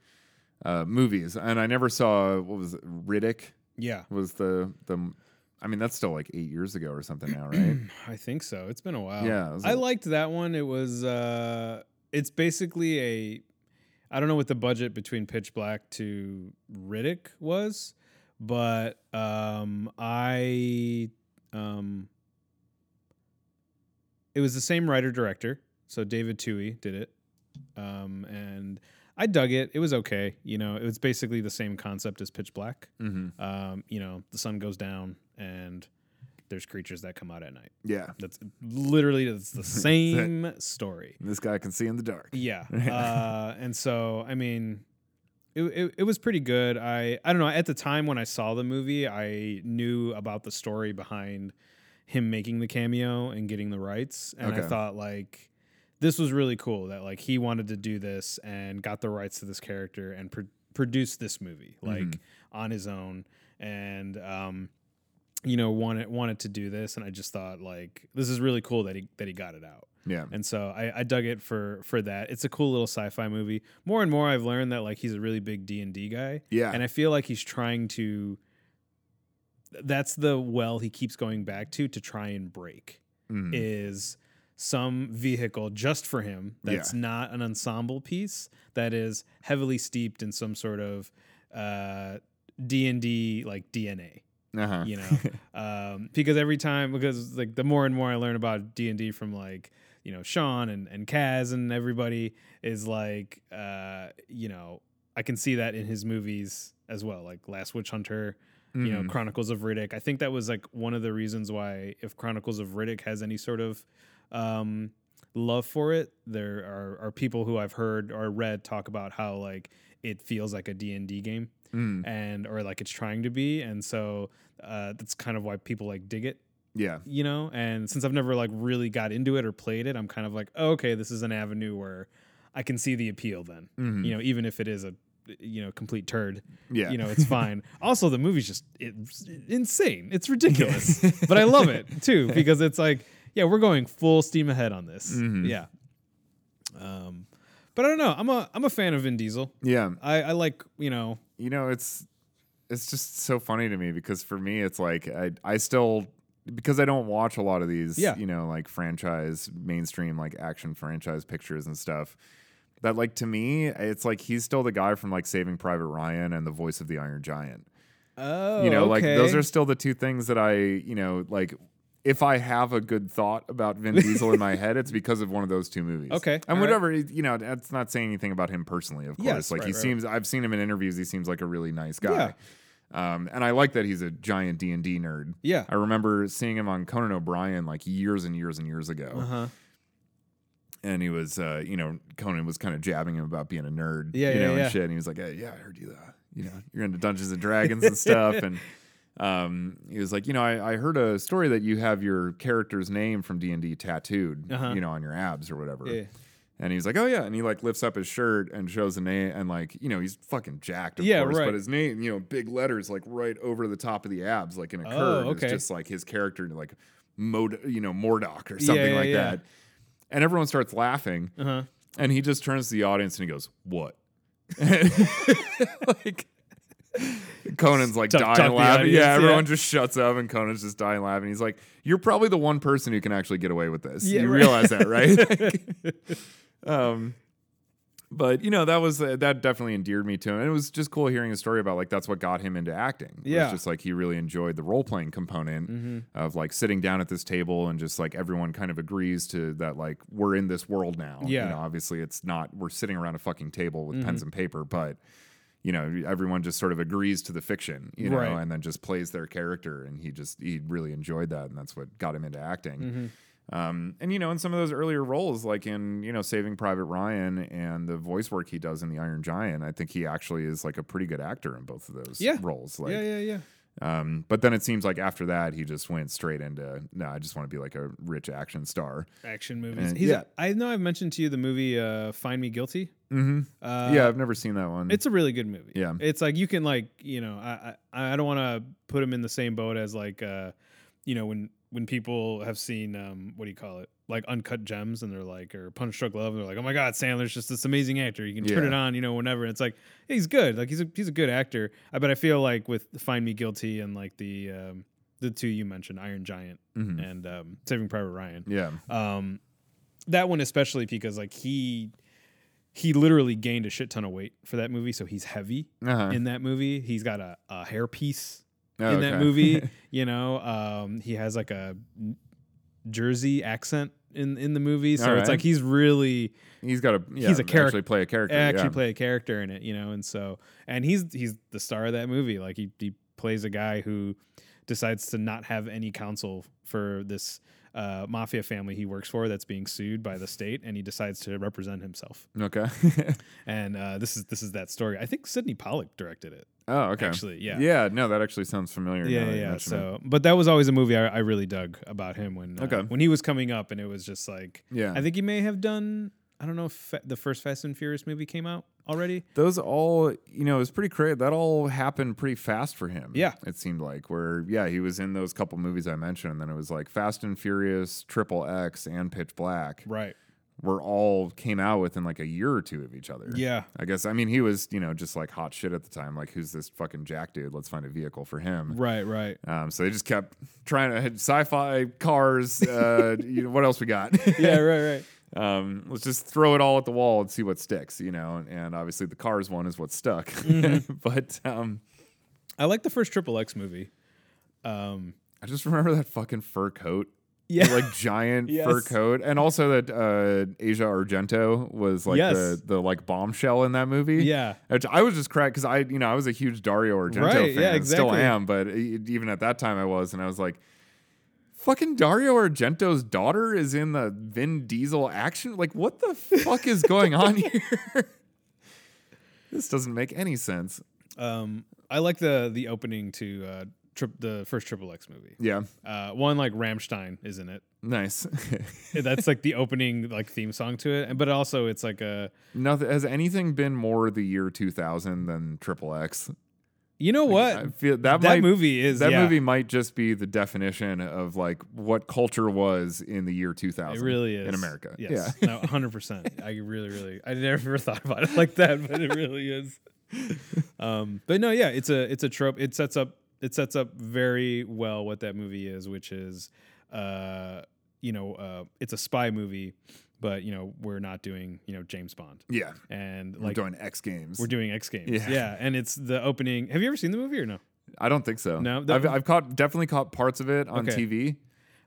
uh, movies, and I never saw what was it, Riddick
Yeah.
was the the. I mean, that's still like eight years ago or something now, right?
I think so. It's been a while.
Yeah, it was
I
a-
liked that one. It was uh it's basically a I don't know what the budget between Pitch Black to Riddick was, but um I um it was the same writer director, so David Toohey did it. Um and I dug it. It was okay. You know, it was basically the same concept as Pitch Black.
mm-hmm.
Um, you know, the sun goes down and there's creatures that come out at night.
Yeah,
That's literally it's the same story.
this guy can see in the dark.
Yeah. Uh, and so I mean, it, it it was pretty good. I I don't know. At the time when I saw the movie, I knew about the story behind him making the cameo and getting the rights, and I
Okay.
thought like this was really cool that like he wanted to do this and got the rights to this character and pro- produced this movie like
Mhm.
on his own and um you know wanted wanted to do this and I just thought like this is really cool that he that he got it out
Yeah,
and so I, I dug it for for that. It's a cool little sci-fi movie. More and more, I've learned that like he's a really big D and D guy,
yeah,
and I feel like he's trying to. That's the well he keeps going back to to try and break
Mhm.
is some vehicle just for him that's not an ensemble piece that is heavily steeped in some sort of uh D and D like DNA
uh-huh.
you know um, because every time because like the more and more i learn about d&d from like you know sean and, and kaz and everybody is like uh, you know i can see that in his movies as well like last witch hunter you know
Mhm.
chronicles of riddick i think that was like one of the reasons why if chronicles of riddick has any sort of um, love for it there are, are people who i've heard or read talk about how like it feels like a d&d game
Mm.
and or like it's trying to be and so uh, that's kind of why people like dig it
yeah,
you know and since i've never like really got into it or played it i'm kind of like oh, okay this is an avenue where i can see the appeal then
Mhm.
you know even if it is a you know complete turd
yeah,
you know it's fine also the movie's just it's insane it's ridiculous but i love it too because it's like yeah we're going full steam ahead on this
Mhm.
yeah um but i don't know i'm a i'm a fan of vin diesel
yeah.
i i like you know
you know it's it's just so funny to me because for me it's like i i still because i don't watch a lot of these
Yeah.
you know like franchise mainstream like action franchise pictures and stuff that like to me it's like he's still the guy from like saving private ryan and the voice of the iron giant
Oh,
you know like those
okay.
are still the two things that i you know like if I have a good thought about Vin Diesel in my head, it's because of one of those two movies.
Okay, all
and
right.
whatever you know, that's not saying anything about him personally, of course.
Yes,
like
right,
he
right,
seems, I've seen him in interviews. He seems like a really nice guy, um, and I like that he's a giant D and D nerd.
yeah.
I remember seeing him on Conan O'Brien like years and years and years ago,
huh.
and he was, uh, you know, Conan was kind of jabbing him about being a nerd,
Yeah,
you
yeah,
know,
yeah.
and shit. And he was like, "Hey, yeah, I heard you. Uh, you know, you're into Dungeons and Dragons and stuff." And um, he was like, "You know, I, I heard a story that you have your character's name from D and D tattooed,
Uh-huh.
you know, on your abs or whatever."
Yeah.
And he's like, "Oh yeah," and he like lifts up his shirt and shows the name, and like you know he's fucking jacked, of
Yeah,
course,
right.
but his name, you know, big letters like right over the top of the abs, like in a
Oh,
curve.
okay.
It's just like his character, like Mod, you know, Mordock or something
yeah,
like
yeah.
that. And everyone starts laughing,
Uh huh.
and he just turns to the audience and he goes, "What?"
Uh-huh.
like Conan's like
Tough- tough
dying
the
laughing.
audience,
yeah, everyone
yeah.
just shuts up and Conan's just dying laughing. He's like, "You're probably the one person who can actually get away with this.
Yeah,
you
right.
realize that, right?" um, but you know that was uh, that definitely endeared me to him. And it was just cool hearing a story about like that's what got him into acting. It was
Yeah. Mm-hmm.
just like he really enjoyed the role playing component of like sitting down at this table and just like everyone kind of agrees to that like we're in this world now.
Yeah. Mm-hmm.
you know, obviously it's not we're sitting around a fucking table with pens and paper, but you know everyone just sort of agrees to the fiction, you know,
Right.
and then just plays their character. And he just he really enjoyed that, and that's what got him into acting.
Mm-hmm.
Um, and you know, in some of those earlier roles, like in you know Saving Private Ryan and the voice work he does in The Iron Giant, I think he actually is like a pretty good actor in both of those
Yeah.
roles. Like,
yeah, yeah, yeah.
um, but then it seems like after that he just went straight into no, I just want to be like a rich action star.
Action movies.
And-
He's
yeah.
I know I've mentioned to you the movie uh, Find Me Guilty.
Mm-hmm.
Uh,
yeah, I've never seen that one.
It's a really good movie.
Mm. Yeah.
It's like you can like, you know, I I, I don't want to put him in the same boat as like uh you know when when people have seen um what do you call it? Like Uncut Gems and they're like or Punch Drunk Love and they're like, "Oh my god, Sandler's just this amazing actor. You can turn
Yeah.
it on, you know, whenever." And it's like, hey, "He's good. Like he's a he's a good actor." I but I feel like with Find Me Guilty and like the um the two you mentioned, Iron Giant
Mhm.
and um Saving Private Ryan
yeah,
um that one especially because like he he literally gained a shit ton of weight for that movie so he's heavy
uh-huh.
in that movie he's got a, a hair piece
Oh,
in that
okay.
movie you know um he has like a jersey accent in in the movie so
All
it's
right.
like he's really
he's got a yeah,
He's a charac-
Actually, play a character.
actually
yeah.
play a character in it, you know, and so and he's he's the star of that movie. Like he he plays a guy who decides to not have any counsel for this uh, mafia family he works for that's being sued by the state, and he decides to represent himself.
okay.
And uh, this is this is that story. I think Sidney Pollack directed it.
oh, okay.
Actually, yeah.
Yeah, no, that actually sounds familiar. now
Yeah,
that
yeah.
you
yeah.
mention it.
So, but that was always a movie I, I really dug about him when uh,
Okay.
when he was coming up, and it was just like
yeah,
I think he may have done. I don't know if fa- the first Fast and Furious movie came out already.
those all you know it was pretty crazy that all happened pretty fast for him
Yeah.
it seemed like where yeah he was in those couple movies i mentioned and then it was like fast and furious triple x and pitch black
Right.
were all came out within like a year or two of each other
Yeah.
i guess i mean he was you know just like hot shit at the time like who's this fucking jack dude let's find a vehicle for him
Right. Right.
um, so they just kept trying to sci-fi cars uh, you know, what else we got
yeah, right, right.
um, let's just throw it all at the wall and see what sticks, you know. And, and obviously, the cars one is what stuck. but um,
I like the first Triple X movie. Um,
I just remember that fucking fur coat,
yeah,
The, like giant
Yes.
fur coat, and also that uh, Asia Argento was like
Yes.
the the like bombshell in that movie.
yeah,
Which I was just cracked because I, you know, I was a huge Dario Argento
Right,
fan.
yeah,
Still
exactly.
am, but e- even at that time I was, and I was like, fucking Dario Argento's daughter is in the Vin Diesel action? Like, what the fuck is going on here? this doesn't make any sense.
Um, I like the the opening to uh, trip the first Triple X movie.
Yeah,
Uh, one like Ramstein is in it.
nice.
That's like the opening like theme song to it, and but also it's like a
Nothing has anything been more the year 2000 than Triple X.
you know what
I feel that,
that
might,
movie is
That
yeah,
movie might just be the definition of like what culture was in the year 2000.
It really is
in America.
Yes, no, hundred percent. I really, really, I never thought about it like that, but it really is. Um, but no, yeah, it's a it's a trope. It sets up it sets up very well what that movie is, which is, uh, you know, uh, it's a spy movie, but you know we're not doing you know James Bond
Yeah. Yeah.
and
We're
like
doing X Games.
we're doing X Games. Yeah.
Yeah.
and it's the opening. Have you ever seen the movie or no?
I don't think so.
No, the-
I've, I've caught definitely caught parts of it on
Okay.
TV.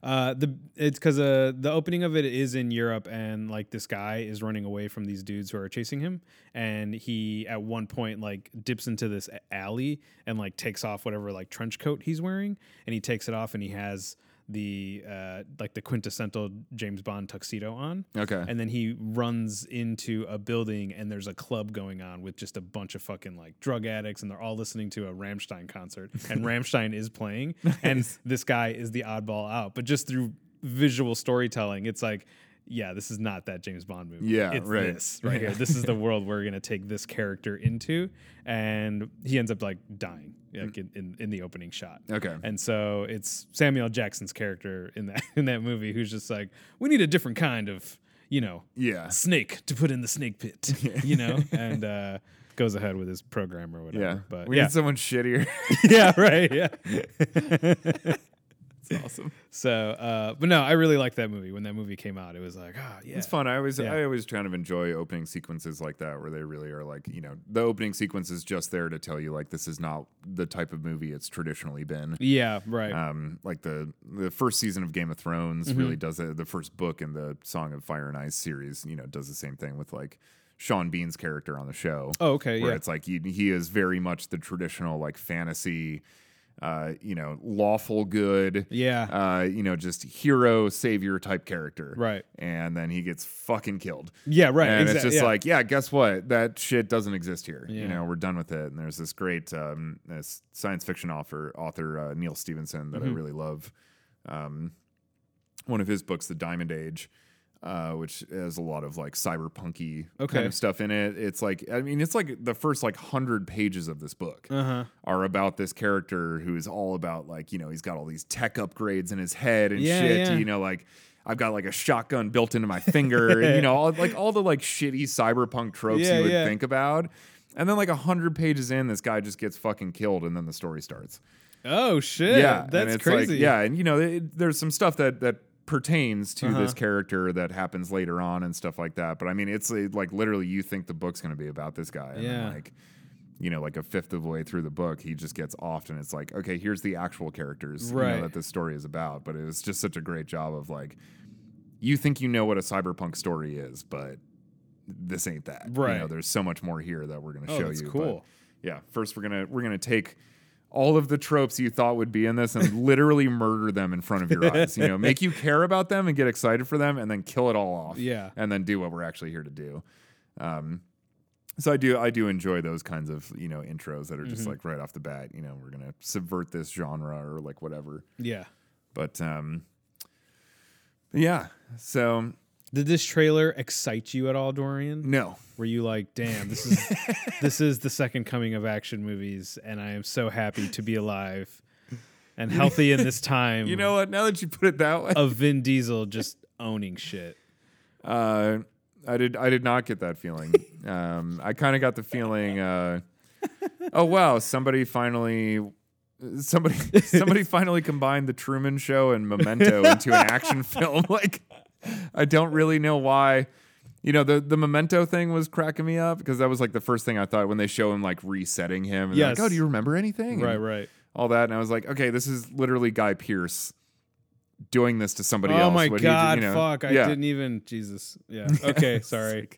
Uh, the it's because uh the opening of it is in Europe and like this guy is running away from these dudes who are chasing him and he at one point like dips into this a- alley and like takes off whatever like trench coat he's wearing and he takes it off and he has the uh like the quintessential James Bond tuxedo on
Okay.
and then he runs into a building and there's a club going on with just a bunch of fucking like drug addicts and they're all listening to a Ramstein concert and Ramstein is playing and this guy is the oddball out but just through visual storytelling it's like yeah, this is not that James Bond movie.
Yeah,
it's
right.
this right here. This is the world we're gonna take this character into, and he ends up like dying,
Mm.
like in, in, in the opening shot.
Okay.
And so it's Samuel Jackson's character in that in that movie who's just like, we need a different kind of, you know,
Yeah.
snake to put in the snake pit, you know, and uh, goes ahead with his program or whatever.
Yeah.
But
we
yeah,
need someone shittier.
yeah, right, yeah.
it's awesome.
So, uh, but no, I really liked that movie. When that movie came out, it was like, ah, yeah,
It's fun. I always
Yeah.
I always kind of enjoy opening sequences like that where they really are like, you know, the opening sequence is just there to tell you like this is not the type of movie it's traditionally been.
yeah, right,
Um, like the the first season of Game of Thrones
Mm-hmm.
really does it. The first book in the Song of Fire and Ice series, you know, does the same thing with like Sean Bean's character on the show.
Oh, okay,
where
yeah.
it's like he, he is very much the traditional like fantasy, uh, you know, lawful good,
yeah,
uh, you know, just hero savior type character,
Right.
And then he gets fucking killed.
yeah, right,
And
exact-
it's just
yeah.
like, yeah, guess what? That shit doesn't exist here.
Yeah.
You know, we're done with it. And there's this great um, this science fiction author, author uh, Neil Stevenson, that
Mm-hmm.
I really love. Um, one of his books, The Diamond Age, uh, which has a lot of like cyberpunky
Okay.
kind of stuff in it. It's like, I mean, it's like the first like hundred pages of this book
uh-huh.
are about this character who is all about like you know he's got all these tech upgrades in his head and
Yeah,
shit
yeah.
you know like i've got like a shotgun built into my finger and, you know all, like all the like shitty cyberpunk tropes
Yeah,
you would
yeah.
think about and then like a hundred pages in this guy just gets fucking killed and then the story starts
Oh shit,
and
that's
it's like-
crazy.
yeah, and you know, it, there's some stuff that that pertains to
Uh-huh.
this character that happens later on and stuff like that. But I mean, it's uh, like literally, you think the book's going to be about this guy, and then,
Yeah.
like. You know, like a fifth of the way through the book, he just gets off, and it's like, okay, here's the actual characters you know,
Right.
that this story is about. But it was just such a great job of like, you think you know what a cyberpunk story is, but this ain't that. You know,
Right.
there's so much more here that we're going to
Oh,
show
that's
you. but-
cool.
yeah, first we're gonna we're gonna take all of the tropes you thought would be in this and literally murder them in front of your eyes. You know, make you care about them and get excited for them, and then kill it all off.
Yeah.
and then do what we're actually here to do. Um, so I do I do enjoy those kinds of you know intros that are just like right off the bat. You know, we're gonna subvert this genre or like whatever.
yeah.
But um, yeah, so
Did this trailer excite you at all, Dorian?
no,
Were you like, damn, this is this is the second coming of action movies, and I am so happy to be alive and healthy in this time
you know what? Now that you put it that way,
of Vin Diesel just owning shit.
Uh, I did. I did not get that feeling. um, I kind of got the feeling. Uh, oh wow! Somebody finally. Somebody, somebody finally combined the Truman Show and Memento into an action film. Like, I don't really know why. You know, the the Memento thing was cracking me up because that was like the first thing I thought when they show him like resetting him. And they're
Yes.
Like, oh, do you remember anything? And
Right, right.
all that, and I was like, okay, this is literally Guy Pierce doing this to somebody else.
Oh my
what he did,
god,
you know.
fuck. I
Yeah.
didn't even Jesus. Yeah. Okay, sorry.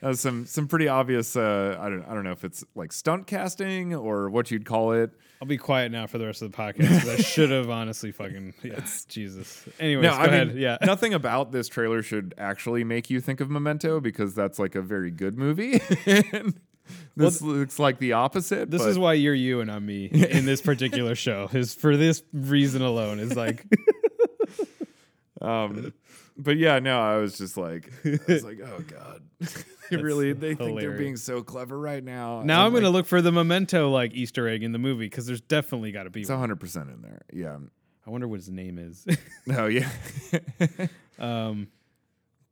That was some some pretty obvious. Uh, I don't I don't know if it's like stunt casting or what you'd call it.
I'll be quiet now for the rest of the podcast 'cause I should have honestly fucking yes, Jesus. Anyways, go
I mean,
ahead. Yeah.
nothing about this trailer should actually make you think of Memento because that's like a very good movie. And this looks like the opposite.
This
but
is why you're you and I'm me in this particular show. Is for this reason alone. Is like
um, but yeah, no, I was just like, I was like, oh god, they really they think they're
hilarious.
being so clever right now.
now I'm
like,
gonna look for the memento like Easter egg in the movie because there's definitely got to be.
It's
One.
hundred percent in there. Yeah.
I wonder what his name is.
No. Yeah.
um,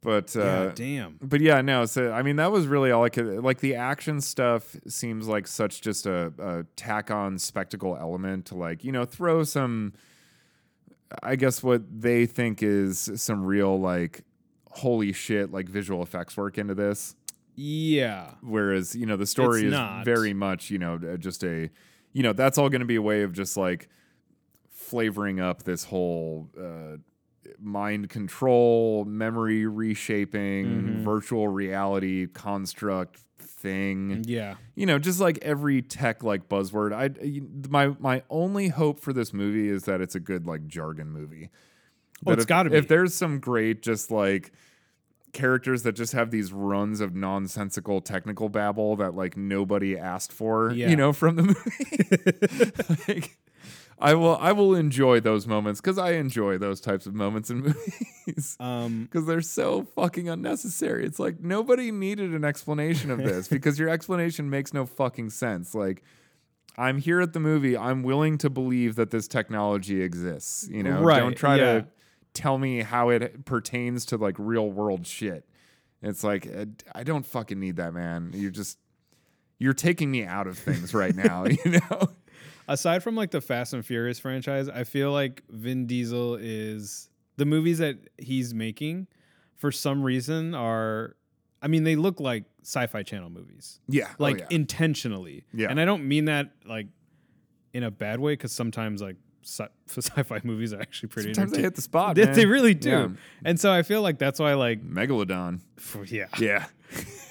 but uh,
yeah, damn.
but yeah, no. So I mean, that was really all I could like. The action stuff seems like such just a, a tack on spectacle element to like you know throw some. I guess what they think is some real like holy shit like visual effects work into this
Yeah.
whereas you know the story
It's
is
not.
very much you know uh, just a you know that's all going to be a way of just like flavoring up this whole uh, mind control memory reshaping
Mm-hmm.
virtual reality construct thing
Yeah.
you know just like every tech like buzzword i you- my my only hope for this movie is that it's a good like jargon movie
Oh,
That
it's
if-
gotta be.
if there's some great just like characters that just have these runs of nonsensical technical babble that like nobody asked for
Yeah.
you know from the movie like, I will I will enjoy those moments because I enjoy those types of moments in movies.
Um,
Because they're so fucking unnecessary. It's like nobody needed an explanation of this because your explanation makes no fucking sense. Like, I'm here at the movie. I'm willing to believe that this technology exists. You know,
Right,
don't try
yeah.
to tell me how it pertains to like real world shit. It's like uh, I don't fucking need that, man. You're just you're taking me out of things right now. You know.
aside from like the Fast and Furious franchise, I feel like Vin Diesel is the movies that he's making for some reason are I mean they look like sci-fi channel movies.
Yeah. oh
Like
yeah.
intentionally.
Yeah.
And I don't mean that like in a bad way cuz sometimes like sci- sci-fi movies are actually pretty
Sometimes they
entertaining.
hit the spot.
They,
man.
they really do.
Yeah.
And so I feel like that's why like
Megalodon.
yeah.
Yeah.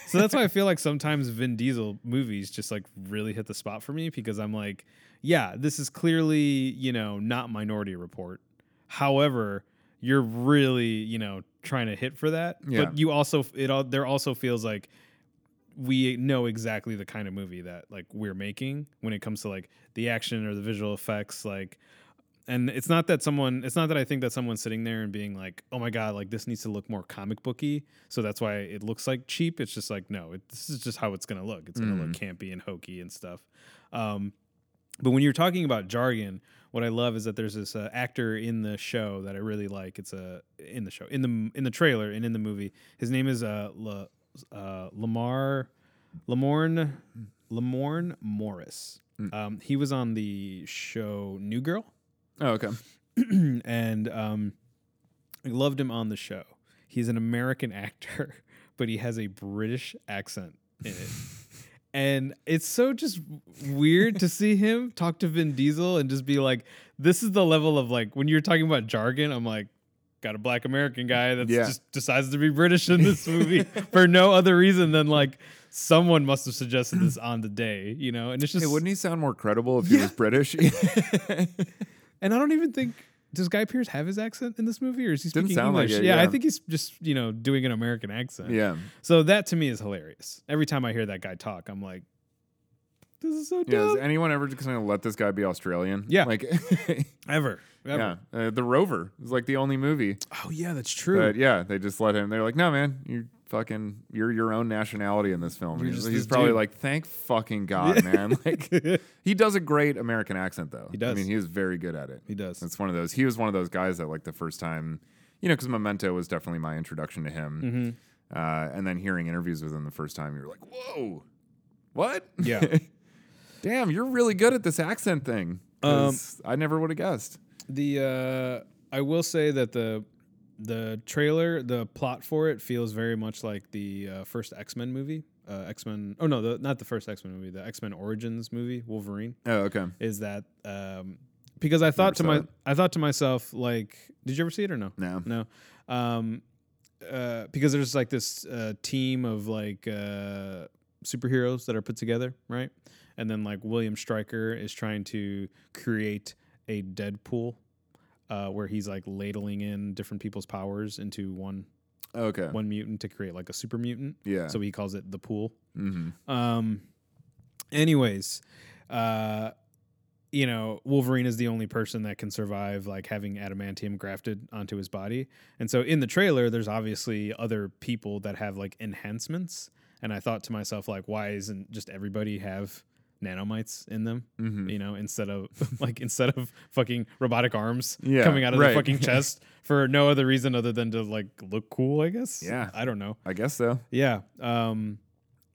So that's why I feel like sometimes Vin Diesel movies just like really hit the spot for me because I'm like, yeah, this is clearly, you know, not Minority Report. However, you're really, you know, trying to hit for that.
Yeah.
But you also it all there also feels like we know exactly the kind of movie that like we're making when it comes to like the action or the visual effects like and it's not that someone it's not that i think that someone's sitting there and being like oh my god like this needs to look more comic booky so that's why it looks like cheap it's just like no it, this is just how it's going to look it's going to look campy and hokey and stuff um, but when you're talking about jargon what i love is that there's this uh, actor in the show that i really like it's a in the show in the in the trailer and in the movie his name is uh, La, uh lamar lamorne lamorne morris um, he was on the show new girl
Oh, okay.
and um, I loved him on the show. He's an American actor, but he has a British accent in it. And it's so just weird to see him talk to Vin Diesel and just be like, this is the level of like, when you're talking about jargon, I'm like, got a black American guy that
Yeah.
just decides to be British in this movie for no other reason than like someone must have suggested this on the day, you know? And it's just,
Hey, wouldn't he sound more credible if he was British?
And I don't even think does Guy Pierce have his accent in this movie, or is he
Didn't
speaking
sound like
English?
it,
yeah, I
yeah.
think he's just you know doing an American accent.
yeah.
So that to me is hilarious. Every time I hear that guy talk, I'm like, this is so
Yeah.
dumb.
Is anyone ever just going to let this guy be Australian?
Yeah.
Like,
ever, ever.
yeah. Uh, the Rover is like the only movie.
Oh yeah, that's true.
But yeah, they just let him. They're like, no, man, you fucking, you're your own nationality in this film. And
You're
he's
just
he's
this
probably
dude.
like, thank fucking God, man. Like, he does a great American accent, though. He
does.
I mean, he is very good at it.
he does.
It's one of those. He was one of those guys that like the first time, you know, because Memento was definitely my introduction to him.
Mm-hmm.
Uh, and then hearing interviews with him the first time, you were like, "Whoa, what?
Yeah.
damn, you're really good at this accent thing."
Um,
'Cause I never would have guessed.
The uh, I will say that the the trailer, the plot for it feels very much like the uh, first X Men movie. Uh, X Men. Oh no, the, not the first X Men movie. The X Men Origins movie, Wolverine.
Oh, okay.
is that um, because I thought to
saw
my
it.
I thought to myself like, did you ever see it or no?
No.
No, um, uh, because there's like this uh, team of like uh, superheroes that are put together, right? And then like William Stryker is trying to create a Deadpool. Uh, where he's like ladling in different people's powers into one
Okay.
one mutant to create like a super mutant.
Yeah.
So he calls it the pool.
hmm
Um, anyways, uh, you know, Wolverine is the only person that can survive like having adamantium grafted onto his body. And so in the trailer, there's obviously other people that have like enhancements. And I thought to myself, like, why isn't just everybody have nanomites in them?
hmm
You know, instead of like instead of fucking robotic arms
Yeah,
coming out of
right.
the fucking chest for no other reason other than to like look cool, I guess.
Yeah.
I don't know.
I guess so.
Yeah. Um,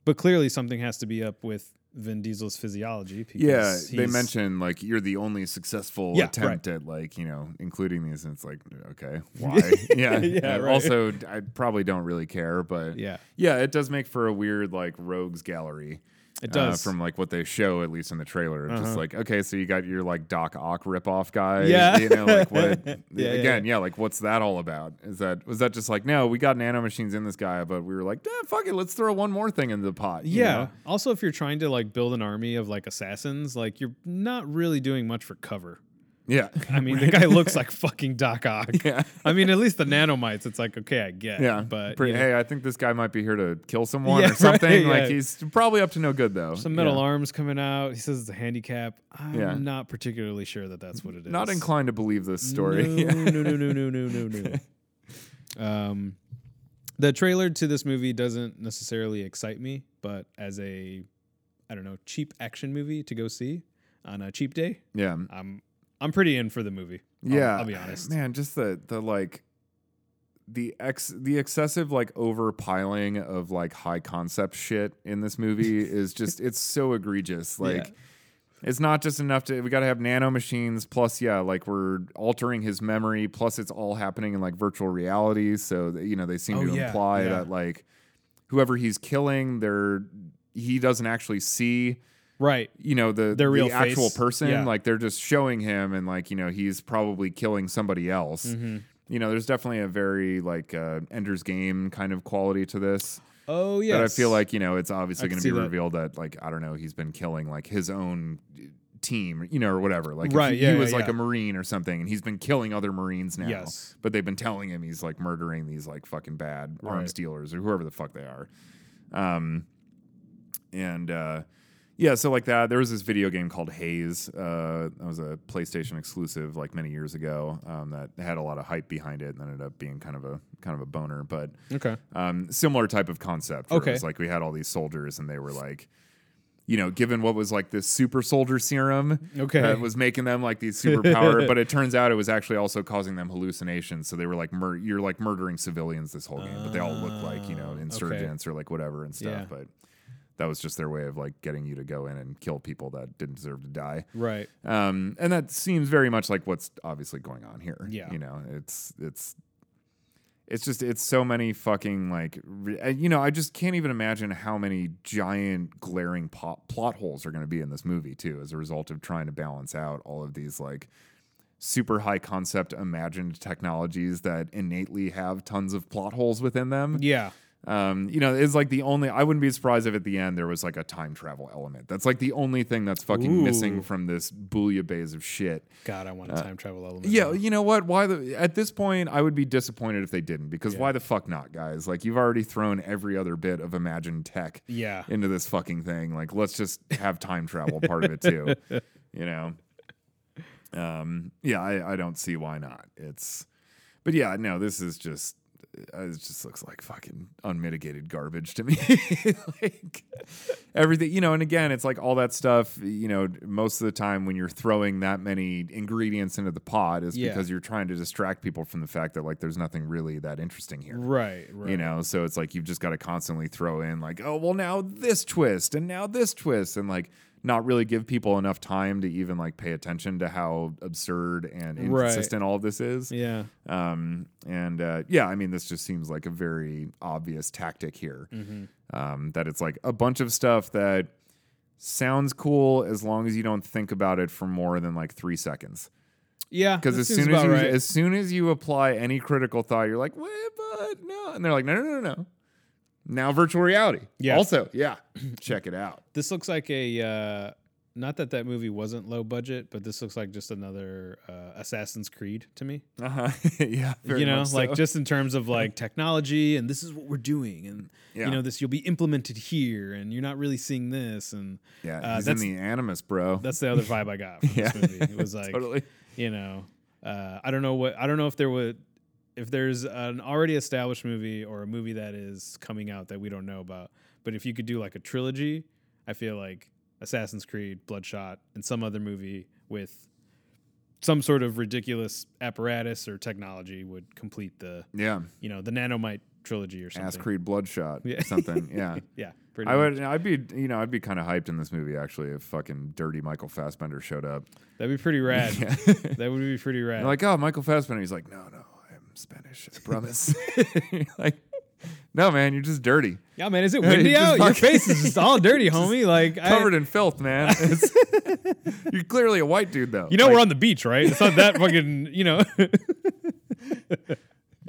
but clearly something has to be up with Vin Diesel's physiology. Because
Yeah, they
he's-
mention like you're the only successful
Yeah,
attempt at like you know including these, and it's like okay, why? yeah,
Yeah,
Uh,
right.
Also, I probably don't really care, but
Yeah,
Yeah, it does make for a weird like rogues gallery.
it
uh,
does.
from like what they show, at least in the trailer, It's just
Uh-huh.
like okay, so you got your like Doc Ock ripoff guy,
Yeah.
you know, like what?
Yeah,
again, yeah. like what's that all about? Is that was that just like no, we got nano machines in this guy, but we were like, eh, fuck it, let's throw one more thing into the pot. you
yeah.
know?
Also, if you're trying to like build an army of like assassins, like you're not really doing much for cover.
Yeah.
I mean, the guy looks like fucking Doc Ock.
Yeah.
I mean, at least the nanomites, it's like okay, I get.
Yeah.
but
Pretty-
you know,
hey, I think this guy might be here to kill someone
Yeah,
or something.
right,
like
yeah.
he's probably up to no good though.
some metal
Yeah.
arms coming out. He says it's a handicap. I'm
Yeah.
not particularly sure that that's what it is.
Not inclined to believe this story.
No,
Yeah.
no, no, no, no, no, no, no. Um, the trailer to this movie doesn't necessarily excite me, but as a, I don't know, cheap action movie to go see on a cheap day,
yeah.
I'm I'm pretty in for the movie. I'll-
Yeah,
I'll, be honest.
man. Just the the like the ex the excessive like overpiling of like high concept shit in this movie is just it's so egregious. Like, it's not just enough to we got to have nano machines. Plus, yeah, like we're altering his memory. Plus, it's all happening in like virtual reality. So that, you know they seem
Oh,
to
yeah,
imply
yeah.
that like whoever he's killing, they're he doesn't actually see
Right.
you know the
Their real
the actual
face.
person
Yeah.
like they're just showing him and like you know he's probably killing somebody else
Mm-hmm.
you know there's definitely a very like uh ender's game kind of quality to this
Oh
but
yeah.
i feel like you know it's obviously
I can
going to
see
be
that.
revealed that. like i don't know he's been killing like his own uh, team you know or whatever like if
Right,
he,
yeah,
he
yeah,
was like
yeah.
a marine or something and he's been killing other marines now
Yes.
but they've been telling him he's like murdering these like fucking bad arms
Right.
dealers or whoever the fuck they are um and uh yeah, so like that. There was this video game called Haze. Uh, that was a PlayStation exclusive, like many years ago. Um, that had a lot of hype behind it, and ended up being kind of a kind of a boner. But
okay.
um, similar type of concept. Where
Okay.
It was like we had all these soldiers, and they were like, you know, given what was like this super soldier serum
Okay.
that was making them like these superpower, but it turns out it was actually also causing them hallucinations. So they were like, mur- you're like murdering civilians this whole game, but they all look like you know
Ah,
insurgents or like whatever and stuff.
Yeah.
But that was just their way of like getting you to go in and kill people that didn't deserve to die.
Right.
Um, and that seems very much like what's obviously going on here.
Yeah.
you know, it's it's it's just it's so many fucking like re- uh, you know I just can't even imagine how many giant glaring pot, plot holes are going to be in this movie too as a result of trying to balance out all of these like super high concept imagined technologies that innately have tons of plot holes within them
Yeah.
um, you know, it's like the only. I wouldn't be surprised if at the end there was like a time travel element. That's like the only thing that's fucking
Ooh.
missing from this bouillabaisse of shit.
God, I want a time travel element.
Uh, Yeah, you know what? Why the? At this point, I would be disappointed if they didn't because why the fuck not, guys? Like you've already thrown every other bit of imagined tech
Yeah.
into this fucking thing. Like let's just have time travel part of it too. You know. Um. Yeah, I, I don't see why not. It's, but yeah, no, this is just. uh, It just looks like fucking unmitigated garbage to me. like everything, you know, and again, it's like all that stuff, you know, most of the time when you're throwing that many ingredients into the pot is
Yeah.
because you're trying to distract people from the fact that like there's nothing really that interesting here
Right. Right.
you know so it's like you've just got to constantly throw in like oh well now this twist and now this twist and like not really give people enough time to even like pay attention to how absurd and
Right.
inconsistent all of this is
Yeah.
um and uh yeah i mean this just seems like a very obvious tactic here
Mm-hmm.
um that it's like a bunch of stuff that sounds cool as long as you don't think about it for more than like three seconds
Yeah.
because
that
as
seems
soon as
about
you,
right.
as soon as you apply any critical thought, you're like, "Wait, but no," and they're like, "No, no, no, no." Now virtual reality.
Yeah.
Also, yeah, check it out.
This looks like a uh, not that that movie wasn't low budget, but this looks like just another uh, Assassin's Creed to me.
Uh huh. yeah. very
you know,
much
like
so.
just in terms of like technology and this is what we're doing and
Yeah.
you know this you'll be implemented here and you're not really seeing this and
yeah,
uh,
he's in
that's-
the animus, bro.
that's the other vibe I got from
Yeah.
this movie. It was like
totally.
you know, uh, I don't know what I don't know if there would if there's an already established movie or a movie that is coming out that we don't know about. But if you could do like a trilogy, I feel like Assassin's Creed, Bloodshot, and some other movie with some sort of ridiculous apparatus or technology would complete the
Yeah.
you know the nanomite trilogy or
Ass
something.
Creed Bloodshot.
Yeah.
Something. Yeah.
Yeah, pretty.
I
much.
would. I'd be. You know, I'd be kind of hyped in this movie actually if fucking dirty Michael Fassbender showed up.
That'd be pretty rad.
Yeah.
That would be pretty rad.
They're like, oh, Michael Fassbender. He's like, no, no, I'm Spanish. I promise. You're like, no, man, you're just dirty.
yeah, man, is it
Yeah, you
windy
just
out? Your
fucking-
face is just all dirty, homie. Like I,
covered in filth, man. It's- you're clearly a white dude, though.
You know
Like,
we're on the beach, right? It's not that fucking, you know.
did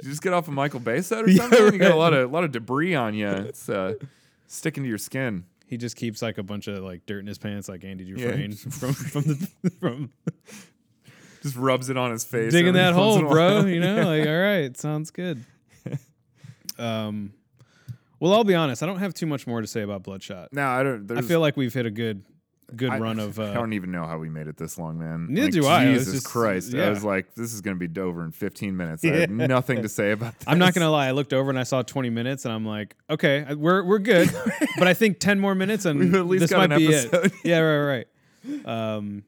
you just get off a Michael Bay set or
Yeah,
something. You got a
right.
lot of lot of debris on you. It's uh, sticking to your skin.
he just keeps like a bunch of like dirt in his pants, like Andy
Yeah.
Dufresne from from the from
Just rubs it on his face.
digging
every
that
once
hole,
in a
bro.
while.
You know, like all right, sounds good. Um, well, I'll be honest. I don't have too much more to say about Bloodshot.
No, I don't.
I
There's,
feel like we've hit a good, good
I-
run of.
I
Uh,
don't even know how we made it this long, man.
Neither
Like,
do I. I was
Jesus
just-
Christ! I
yeah.
was like, this is gonna be over in 15 minutes. I have
Yeah.
nothing to say about. This.
I'm not gonna lie. I looked over and I saw 20 minutes, and I'm like, okay, I- we're we're good. but I think 10 more minutes, and
We've at least
this
got
might
an
be
episode.
it. Yeah, right, right. Um,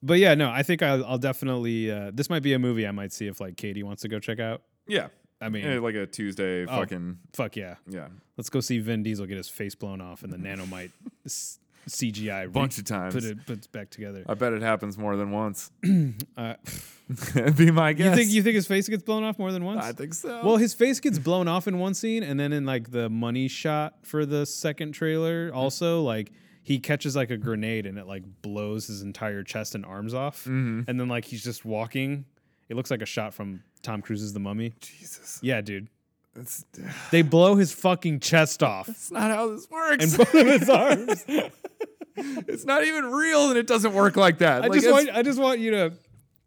but yeah, no, I think I'll, I'll definitely. Uh, this might be a movie I might see if like Katie wants to go check out.
Yeah,
I mean,
Yeah, like a Tuesday,
Oh.
fucking
fuck yeah.
yeah,
Let's go see Vin Diesel get his face blown off and the nanomite s- CGI re-
bunch of times. Uh,
put it puts back together.
I bet it happens more than once.
Uh,
be my
you
guess.
think you think his face gets blown off more than once?
I think so.
well, his face gets blown off in one scene, and then in like the money shot for the second trailer, also like he catches like a grenade and it like blows his entire chest and arms off, and then like he's just walking. It looks like a shot from Tom Cruise's The Mummy.
Jesus,
Yeah, dude,
that's,
they blow his fucking chest off
that's not how this works.
and both of his arms.
it's not even real, and it doesn't work like that.
I
like,
just
it's-
want I just want you to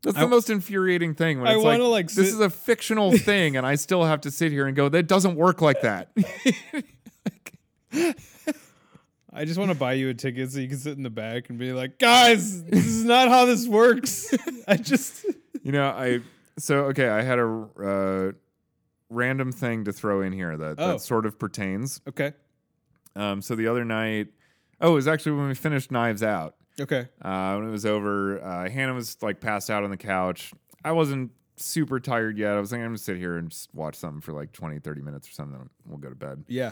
That's the most infuriating thing. When
I
it's like,
wanna, like,
this
sit-
is a fictional thing, and I still have to sit here and go, that doesn't work like that.
I just want to buy you a ticket so you can sit in the back and be like, guys, this is not how this works. I just
you know, I so okay. I had a uh, random thing to throw in here that
Oh.
that sort of pertains.
okay,
Um, so the other night, oh, it was actually when we finished Knives Out.
okay,
Uh, when it was over, uh, Hannah was like passed out on the couch. I wasn't super tired yet. I was like, I'm gonna sit here and just watch something for like 20, 30 minutes or something. and We'll go to bed.
yeah,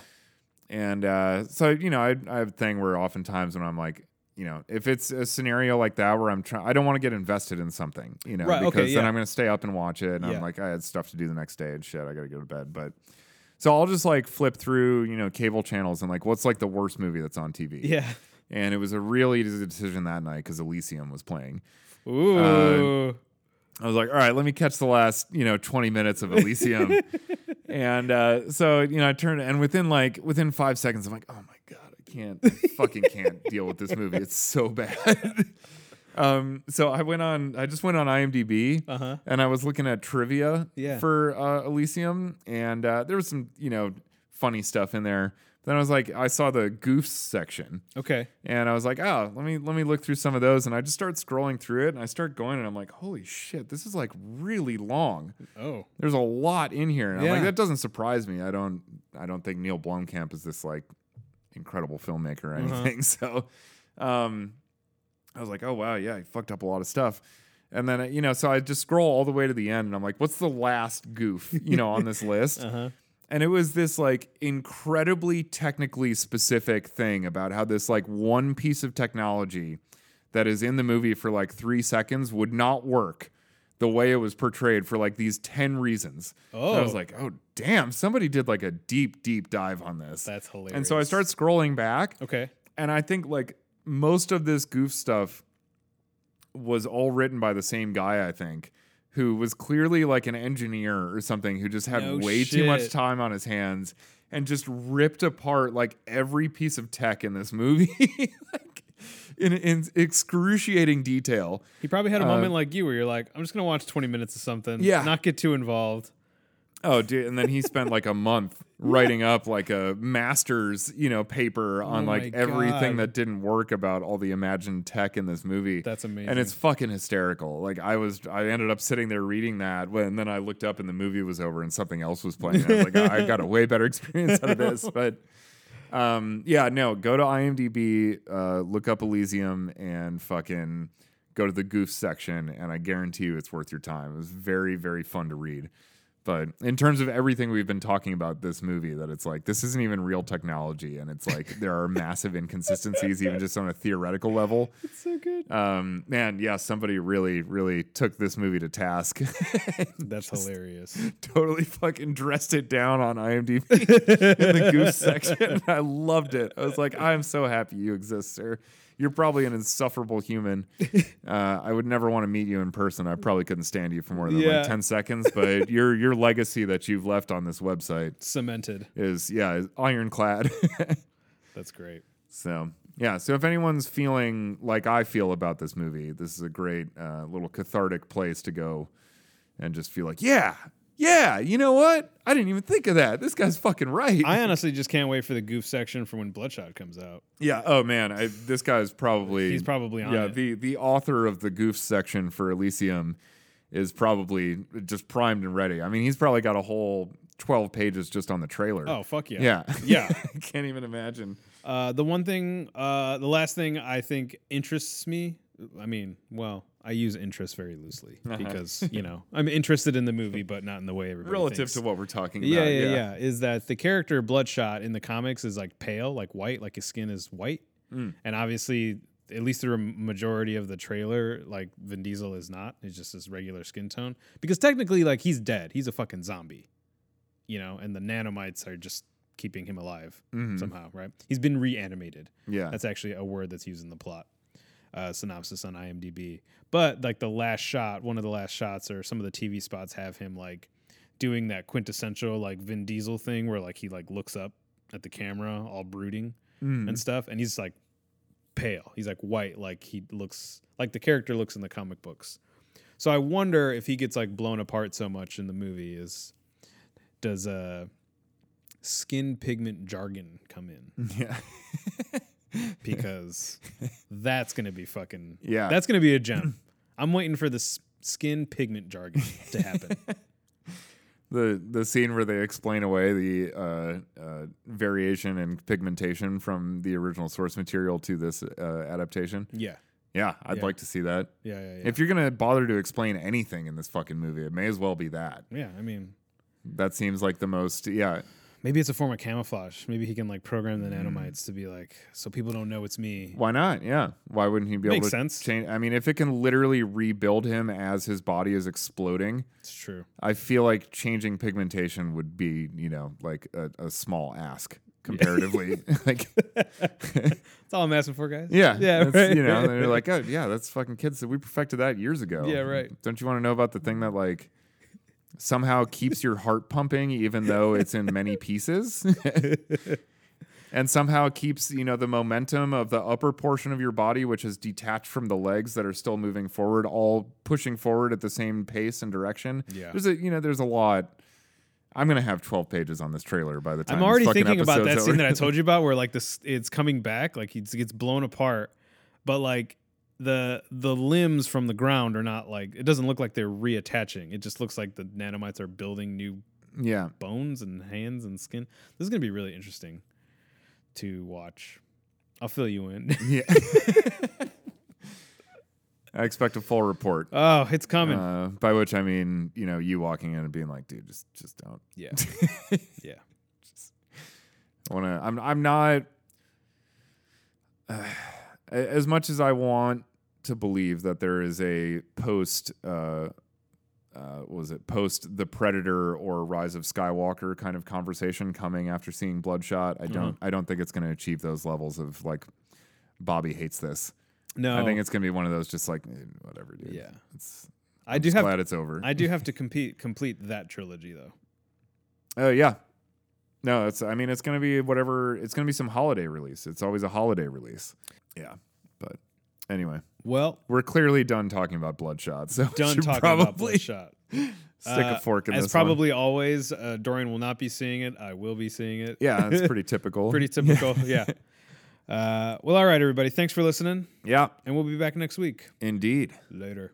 And uh, so, you know, I, I have a thing where oftentimes when I'm like, you know, if it's a scenario like that where I'm trying, I don't want to get invested in something, you know,
Right, okay,
because then
yeah.
I'm going to stay up and watch it. And
Yeah.
I'm like, I had stuff to do the next day and shit. I got to go to bed. But so I'll just like flip through, you know, cable channels and like, what's like the worst movie that's on TV?
yeah.
And it was a real easy decision that night because Elysium was playing.
Uh, Ooh,
I was like, all right, let me catch the last, you know, 20 minutes of Elysium. and uh, so, you know, I turned and within like within five seconds, I'm like, oh my God, I can't I fucking can't deal with this movie. It's so bad. um, so I went on, I just went on IMDb
Uh-huh.
and I was looking at trivia
Yeah.
for uh, Elysium. And uh, there was some, you know, funny stuff in there. Then I was like, I saw the goofs section
okay,
and I was like, oh, let me let me look through some of those. And I just start scrolling through it, and I start going, and I'm like, holy shit, this is like really long.
oh,
There's a lot in here, and I'm like,
Yeah.
that doesn't surprise me. I don't I don't think Neil Blomkamp is this like incredible filmmaker or
Uh-huh.
anything. So, um, I was like, oh wow, yeah, he fucked up a lot of stuff. And then you know, so I just scroll all the way to the end, and I'm like, what's the last goof you know on this list?
uh huh,
and it was this like incredibly technically specific thing about how this like one piece of technology that is in the movie for like three seconds would not work the way it was portrayed for like these 10 reasons And i was
Oh.
like oh damn somebody did like a deep deep dive on this
that's hilarious.
and so i start scrolling back
Okay,
and I think like most of this goof stuff was all written by the same guy, I think, who was clearly like an engineer or something who just had
No
way too much
shit.
time on his hands and just ripped apart like every piece of tech in this movie. like in, in excruciating detail.
he probably had a moment like you where you're like, I'm just gonna watch 20 minutes of something,
Yeah.
not get too involved.
Oh, dude. And then he spent like a month writing up like a master's, you know, paper on
Oh
like
my God.
everything that didn't work about all the imagined tech in this movie.
That's amazing.
And it's fucking hysterical. Like I was, I ended up sitting there reading that when and then I looked up and the movie was over and something else was playing. And I was like, I got a way better experience out of this. But um, yeah, no, go to IMDb, uh, look up Elysium, and fucking go to the goof section, and I guarantee you it's worth your time. It was very, very fun to read. But in terms of everything we've been talking about this movie, that it's like this isn't even real technology, and it's like there are massive inconsistencies, even just on a theoretical level.
It's so good.
Um, man, yeah, somebody really, really took this movie to task.
That's hilarious.
totally fucking dressed it down on IMDb in the goose section. I loved it. I was like, I'm so happy you exist, sir. You're probably an insufferable human. Uh, I would never want to meet you in person. I probably couldn't stand you for more than
Yeah.
like ten seconds. But your your legacy that you've left on this website
Cemented.
is yeah is ironclad.
That's great.
so Yeah, so if anyone's feeling like I feel about this movie, this is a great uh, little cathartic place to go and just feel like, yeah, yeah, you know what? I didn't even think of that. This guy's fucking right.
I honestly just can't wait for the goof section for when Bloodshot comes out.
yeah. Oh man, I, this guy's probably
He's probably on
yeah.
it.
The the author of the goof section for Elysium is probably just primed and ready. I mean, he's probably got a whole twelve pages just on the trailer.
Oh fuck yeah.
yeah,
Yeah.
I can't even imagine.
Uh, the one thing, uh, the last thing I think interests me. I mean, well, I use interest very loosely because you know I'm interested in the movie, but not in the way everybody
Relative
thinks.
to what we're talking about.
yeah, yeah, yeah. Is that the character Bloodshot in the comics is like pale, like white, like his skin is white, and obviously, at least through a majority of the trailer, like Vin Diesel is not. It's just his regular skin tone because technically, like he's dead. He's a fucking zombie, you know, and the nanomites are just keeping him alive
Mhm.
somehow, right? He's been reanimated.
Yeah.
That's actually a word that's used in the plot uh, synopsis on IMDb. But like the last shot, one of the last shots, or some of the TV spots have him like doing that quintessential like Vin Diesel thing where like he like looks up at the camera, all brooding
Mm.
and stuff, and he's like pale. He's like white, like he looks like the character looks in the comic books. So I wonder if he gets like blown apart so much in the movie is does uh skin pigment jargon come in?
yeah.
because that's gonna be fucking
Yeah.
that's gonna be a gem i'm waiting for the s- skin pigment jargon to happen
the the scene where they explain away the uh, uh, variation and pigmentation from the original source material to this uh, adaptation.
yeah
Yeah, I'd
Yeah.
like to see that.
yeah yeah yeah.
If you're gonna bother to explain anything in this fucking movie, it may as well be that.
yeah i mean
That seems like the most. Yeah,
maybe it's a form of camouflage maybe he can like program the nanomites to be like so people don't know it's me
why not? Yeah, why wouldn't he be able
Makes
to
sense.
change? I mean, if it can literally rebuild him as his body is exploding,
it's true
I feel like changing pigmentation would be, you know, like a, a small ask comparatively. like.
that's all i'm asking for guys
Yeah,
yeah
that's-
right.
You know, and they're like, oh yeah, that's fucking kids. that We perfected that years ago.
Yeah, right.
Don't you want to know about the thing that like somehow keeps your heart pumping even though it's in many pieces? and somehow keeps you know the momentum of the upper portion of your body which is detached from the legs that are still moving forward all pushing forward at the same pace and direction
Yeah.
there's a you know there's a lot i'm gonna have 12 pages on this trailer by the time
i'm
this
already
fucking
thinking about that
episode's
scene
over.
that i told you about where like this it's coming back like he gets blown apart but like the the limbs from the ground are not like it doesn't look like they're reattaching it just looks like the nanomites are building new
yeah
bones and hands and skin. This is gonna be really interesting to watch. I'll fill you in.
Yeah. I expect a full report.
oh, it's coming.
Uh, by which I mean, you know, you walking in and being like, dude, just just don't.
yeah, yeah.
I wanna I'm I'm not a- as much as I want to believe that there is a post uh uh, what was it post the Predator or Rise of Skywalker kind of conversation coming after seeing Bloodshot? I don't. I don't think it's going to achieve those levels of like Bobby hates this.
No,
I think it's going to be one of those just like eh, whatever, dude.
Oh. yeah.
It's,
I do
just
have
glad it's over.
I do have to compete complete that trilogy though.
Oh yeah. No, it's I mean it's gonna be whatever it's gonna be some holiday release. It's always a holiday release. Yeah. But anyway.
Well,
We're clearly done talking about Bloodshot, so we
done
should
talking about
probably
Bloodshot.
stick
Uh,
a fork in
As
this one.
probably always, uh, Dorian will not be seeing it. I will be seeing it.
Yeah, it's pretty typical.
pretty typical. yeah. Uh, well, all right, everybody. Thanks for listening,
Yeah,
and we'll be back next week.
indeed.
Later.